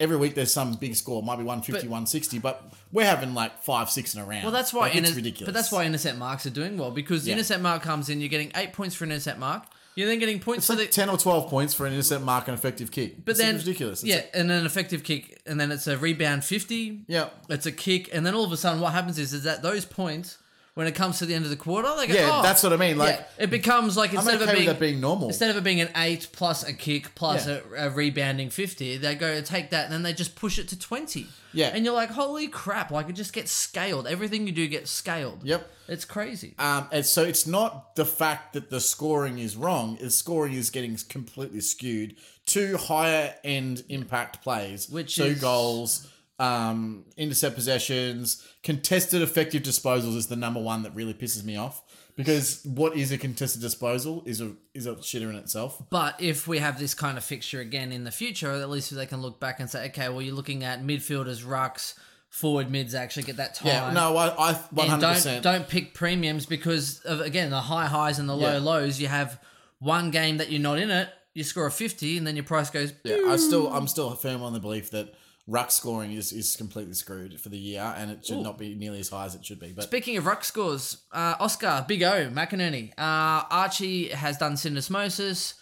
every week there's some big score. Might be 150, But- 160, but we're having like five, six in a round. Well, that's why like, it's inno- ridiculous. But that's why innocent marks are doing well because Yeah. innocent mark comes in, you're getting eight points for an innocent mark. You're then getting points it's for like the. 10 or 12 points for an intercept mark and effective kick. but it's then ridiculous. It's yeah, like- and an effective kick, and then it's a rebound fifty. yeah. it's a kick, and then all of a sudden, what happens is is that those points, when it comes to the end of the quarter, they go, Yeah, oh, that's what I mean. Like, yeah, it becomes like I'm instead okay of it being, with that being normal. instead of it being an eight plus a kick plus Yeah. a, a rebounding fifty, they go take that and then they just push it to twenty. Yeah. and you're like, holy crap! Like it just gets scaled. Everything you do gets scaled. Yep. it's crazy. Um, and so it's not the fact that the scoring is wrong; the scoring is getting completely skewed to higher end impact plays, Which so is- goals, um, intercept possessions, contested effective disposals is the number one that really pisses me off because what is a contested disposal is a is a shitter in itself. But if we have this kind of fixture again in the future, at least they can look back and say, okay, well, you're looking at midfielders, rucks, forward mids actually get that time. Yeah, no, I one and hundred don't percent. don't pick premiums because of again the high highs and the low Yeah. lows. You have one game that you're not in it, you score a fifty, and then your price goes. Yeah, I still I'm still firm on the belief that ruck scoring is is completely screwed for the year, and it should not be nearly as high as it should be. But Speaking of ruck scores, uh, Oscar, Big O, McInerney, uh, Archie has done syndesmosis.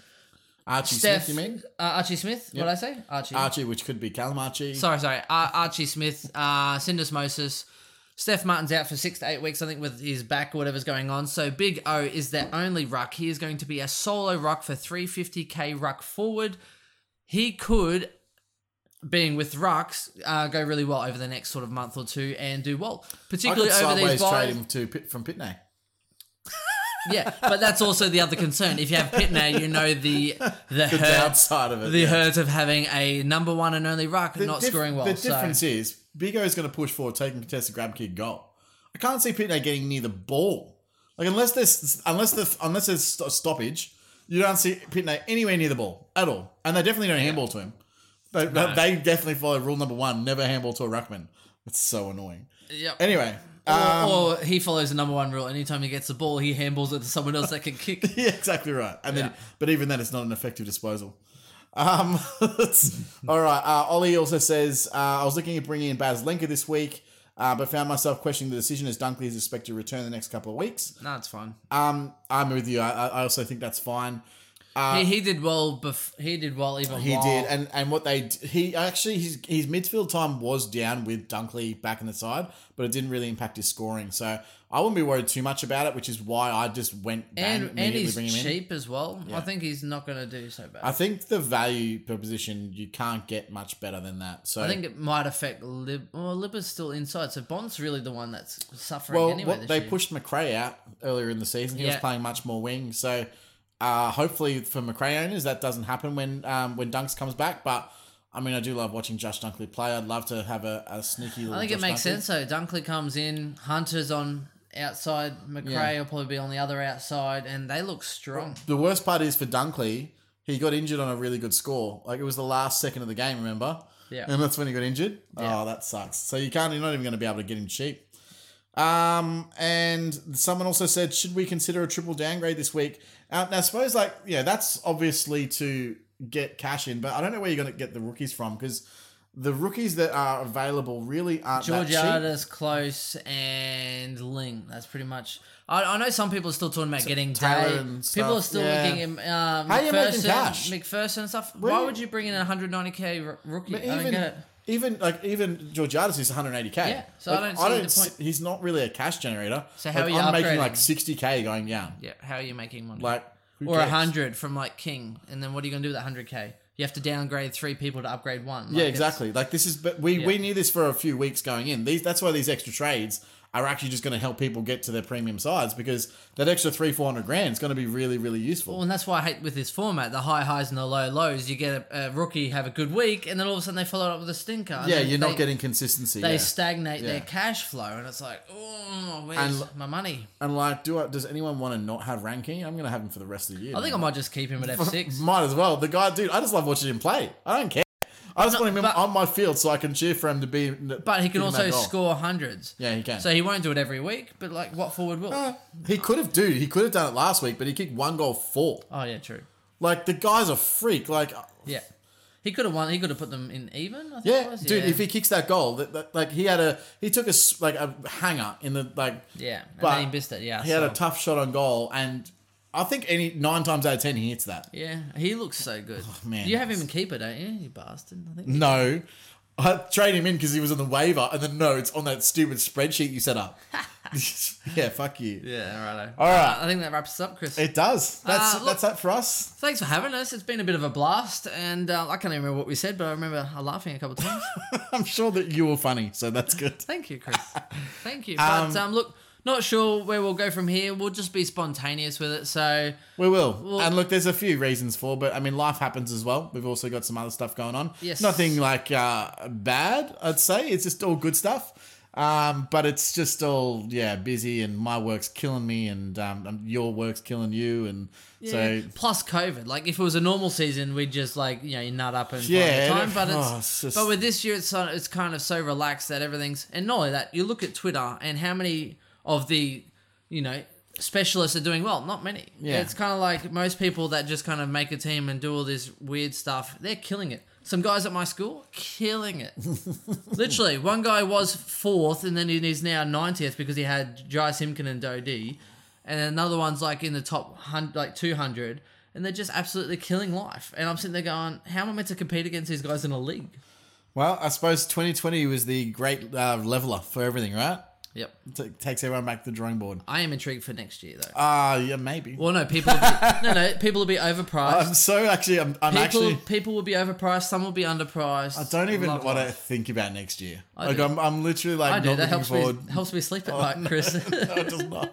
Archie Steph, Smith, you mean? Uh, Archie Smith? What did I say? Archie. Archie, which could be Callum Archie. sorry, sorry. Ar- Archie Smith, uh, syndesmosis. Steph Martin's out for six to eight weeks, I think, with his back or whatever's going on. So Big O is their only ruck. He is going to be a solo ruck for 350k ruck forward. He could, being with rucks, uh, go really well over the next sort of month or two and do well, I particularly could over these sideways trade buys. him to Pit, from Pitney. Yeah, but that's also the other concern. If you have Pitney, you know the the The hurts, downside of it. the yeah. hurts of having a number one and only ruck The not dif- scoring well. The so. difference is Big O is going to push forward, taking contested grab kick goal. I can't see Pitney getting near the ball. Like unless there's unless the unless there's st- stoppage, you don't see Pitney anywhere near the ball at all. And they definitely don't handball to him. They, they definitely follow rule number one: never handball to a ruckman. It's so annoying. Yep. Anyway, Or, um, or he follows the number one rule. Anytime he gets the ball, he handballs it to someone else that can kick. Yeah, exactly right. And then, Yeah. but even then, it's not an effective disposal. Um, it's- all right. Uh, Ollie also says uh, I was looking at bringing in Baz Lenka this week, uh, but found myself questioning the decision as Dunkley is expected to return the next couple of weeks. No, it's fine. Um, I'm with you. I, I I also think that's fine. he, he did well. Bef- he did well even. He while- did, and and what they d- he actually his his midfield time was down with Dunkley back in the side, but it didn't really impact his scoring. So I wouldn't be worried too much about it, which is why I just went bang, and and immediately he's bring him in. cheap as well. I think he's not going to do so bad. I, I think the value proposition you can't get much better than that. So think it might affect Lib. Well, Libba's still inside, so Bond's really the one that's suffering well, anyway. what, this they year. pushed McRae out earlier in the season. He was Yeah. playing much more wing. So uh, hopefully for McRae owners that doesn't happen when um, when Dunks comes back. But I mean, I do love watching Josh Dunkley play. I'd love to have a, a sneaky. Little I think it Josh makes Dunkley. sense though. Dunkley comes in, Hunter's on outside, McRae Yeah. will probably be on the other outside, and they look strong. The worst part is for Dunkley, he got injured on a really good score. Like it was the last second of the game, remember? Yeah. And that's when he got injured. Yeah. Oh, that sucks. So you can't. You're not even going to be able to get him cheap. Um, and someone also said, should we consider a triple downgrade this week? Uh, now, I suppose like yeah, that's obviously to get cash in, but I don't know where you're going to get the rookies from because the rookies that are available really aren't that cheap. Georgiada's close and Ling. That's pretty much. I, I know some people are still talking about getting Taylor Day. and stuff, People are still yeah. looking at um, How you making McPherson, cash? McPherson and stuff. Where Why you- would you bring in a 190k r- rookie? But I don't get it. even even like even Georgiadis is 180k. Yeah, so I Like, don't see the s- point. He's not really a cash generator. So how Like, are you I'm making upgrading? like 60k going down. Yeah, how are you making money? Like who or a cares? 100 from like King, and then what are you going to do with that 100k? You have to downgrade three people to upgrade one. Like, Yeah, it's- exactly. Like this is, but we we knew this for a few weeks going in. These that's why these extra trades are actually just going to help people get to their premium sides because that extra three four hundred grand is going to be really really useful. Well, and that's why I hate with this format the high highs and the low lows. You get a, a rookie have a good week, and then all of a sudden they follow it up with a stinker. and yeah, then you're not they- getting consistency. They yeah. stagnate Yeah. their cash flow, and it's like, oh, where's And- my money? and like, do I, does anyone want to not have ranking? I'm going to have him for the rest of the year. I think I might just keep him at F six. Might as well. The guy, dude, I just love watching him play. I don't care. I just want him but- on my field so I can cheer for him to be. But But he can also score hundreds. Yeah, he can. Uh. So he won't do it every week, but like what forward will? he could have, dude. He could have done it last week, but he kicked one goal four. oh yeah, true. Like the guy's a freak. Like, Yeah. He could have won. He could have put them in even. I think it yeah, was. dude. Yeah. If he kicks that goal, that, that, like he had a, he took a s- like a hanger in the like. yeah, and but then he missed it. Yeah, He had a so- tough shot on goal, and I think any nine times out of ten he hits that. Yeah, he looks so good. Oh, man. you have him in keeper, don't you? You bastard. I think. No. I traded him in because he was on the waiver, and then no, it's on that stupid spreadsheet you set up. yeah, fuck you. Yeah, righto. All right. I think that wraps us up, Chris. It does. That's Uh, look- that's that for us. Thanks for having us. It's been a bit of a blast, and uh, I can't even remember what we said, but I remember laughing a couple times. I'm sure that you were funny, so that's good. Thank you, Chris. Thank you. But um, look, not sure where we'll go from here. We'll just be spontaneous with it. So We will. Well- and look, there's a few reasons for, but I mean, life happens as well. We've also got some other stuff going on. Yes. Nothing like uh, bad, I'd say. It's just all good stuff. Um, but it's just all yeah, busy, and my work's killing me, and um, um, your work's killing you, and yeah. so plus COVID. Like if it was a normal season, we'd just like you know you nut up and find Yeah, the time. it- But it's, oh, it's just- but with this year, it's so- it's kind of so relaxed that everything's. And not only that, you look at Twitter and how many of the you know specialists are doing well. Not many. Yeah. it's kind of like most people that just kind of make a team and do all this weird stuff. They're killing it. Some guys at my school killing it. Literally, one guy was fourth, and then he's now ninetieth because he had Jai Simkin and Dodie, and then another one's like in the top hundred, like two hundred, and they're just absolutely killing life. And I'm sitting there going, "How am I meant to compete against these guys in a league?" Well, I suppose 2020 was the great uh, leveler for everything, right? Yep, T- takes everyone back to the drawing board. I am intrigued for next year though. Ah, yeah, maybe. well, no, people, will be, no, no, people will be I'm overpriced. so actually, I'm, I'm people, actually. people will be overpriced. Some will be underpriced. I don't even Love want to life. think about next year. I like, do. I'm, I'm literally I like do. not That looking helps forward. Oh, me. Helps me sleep at night, Chris. No, it does not.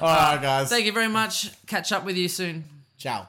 All right, guys. Thank you very much. Catch up with you soon. Ciao.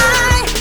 I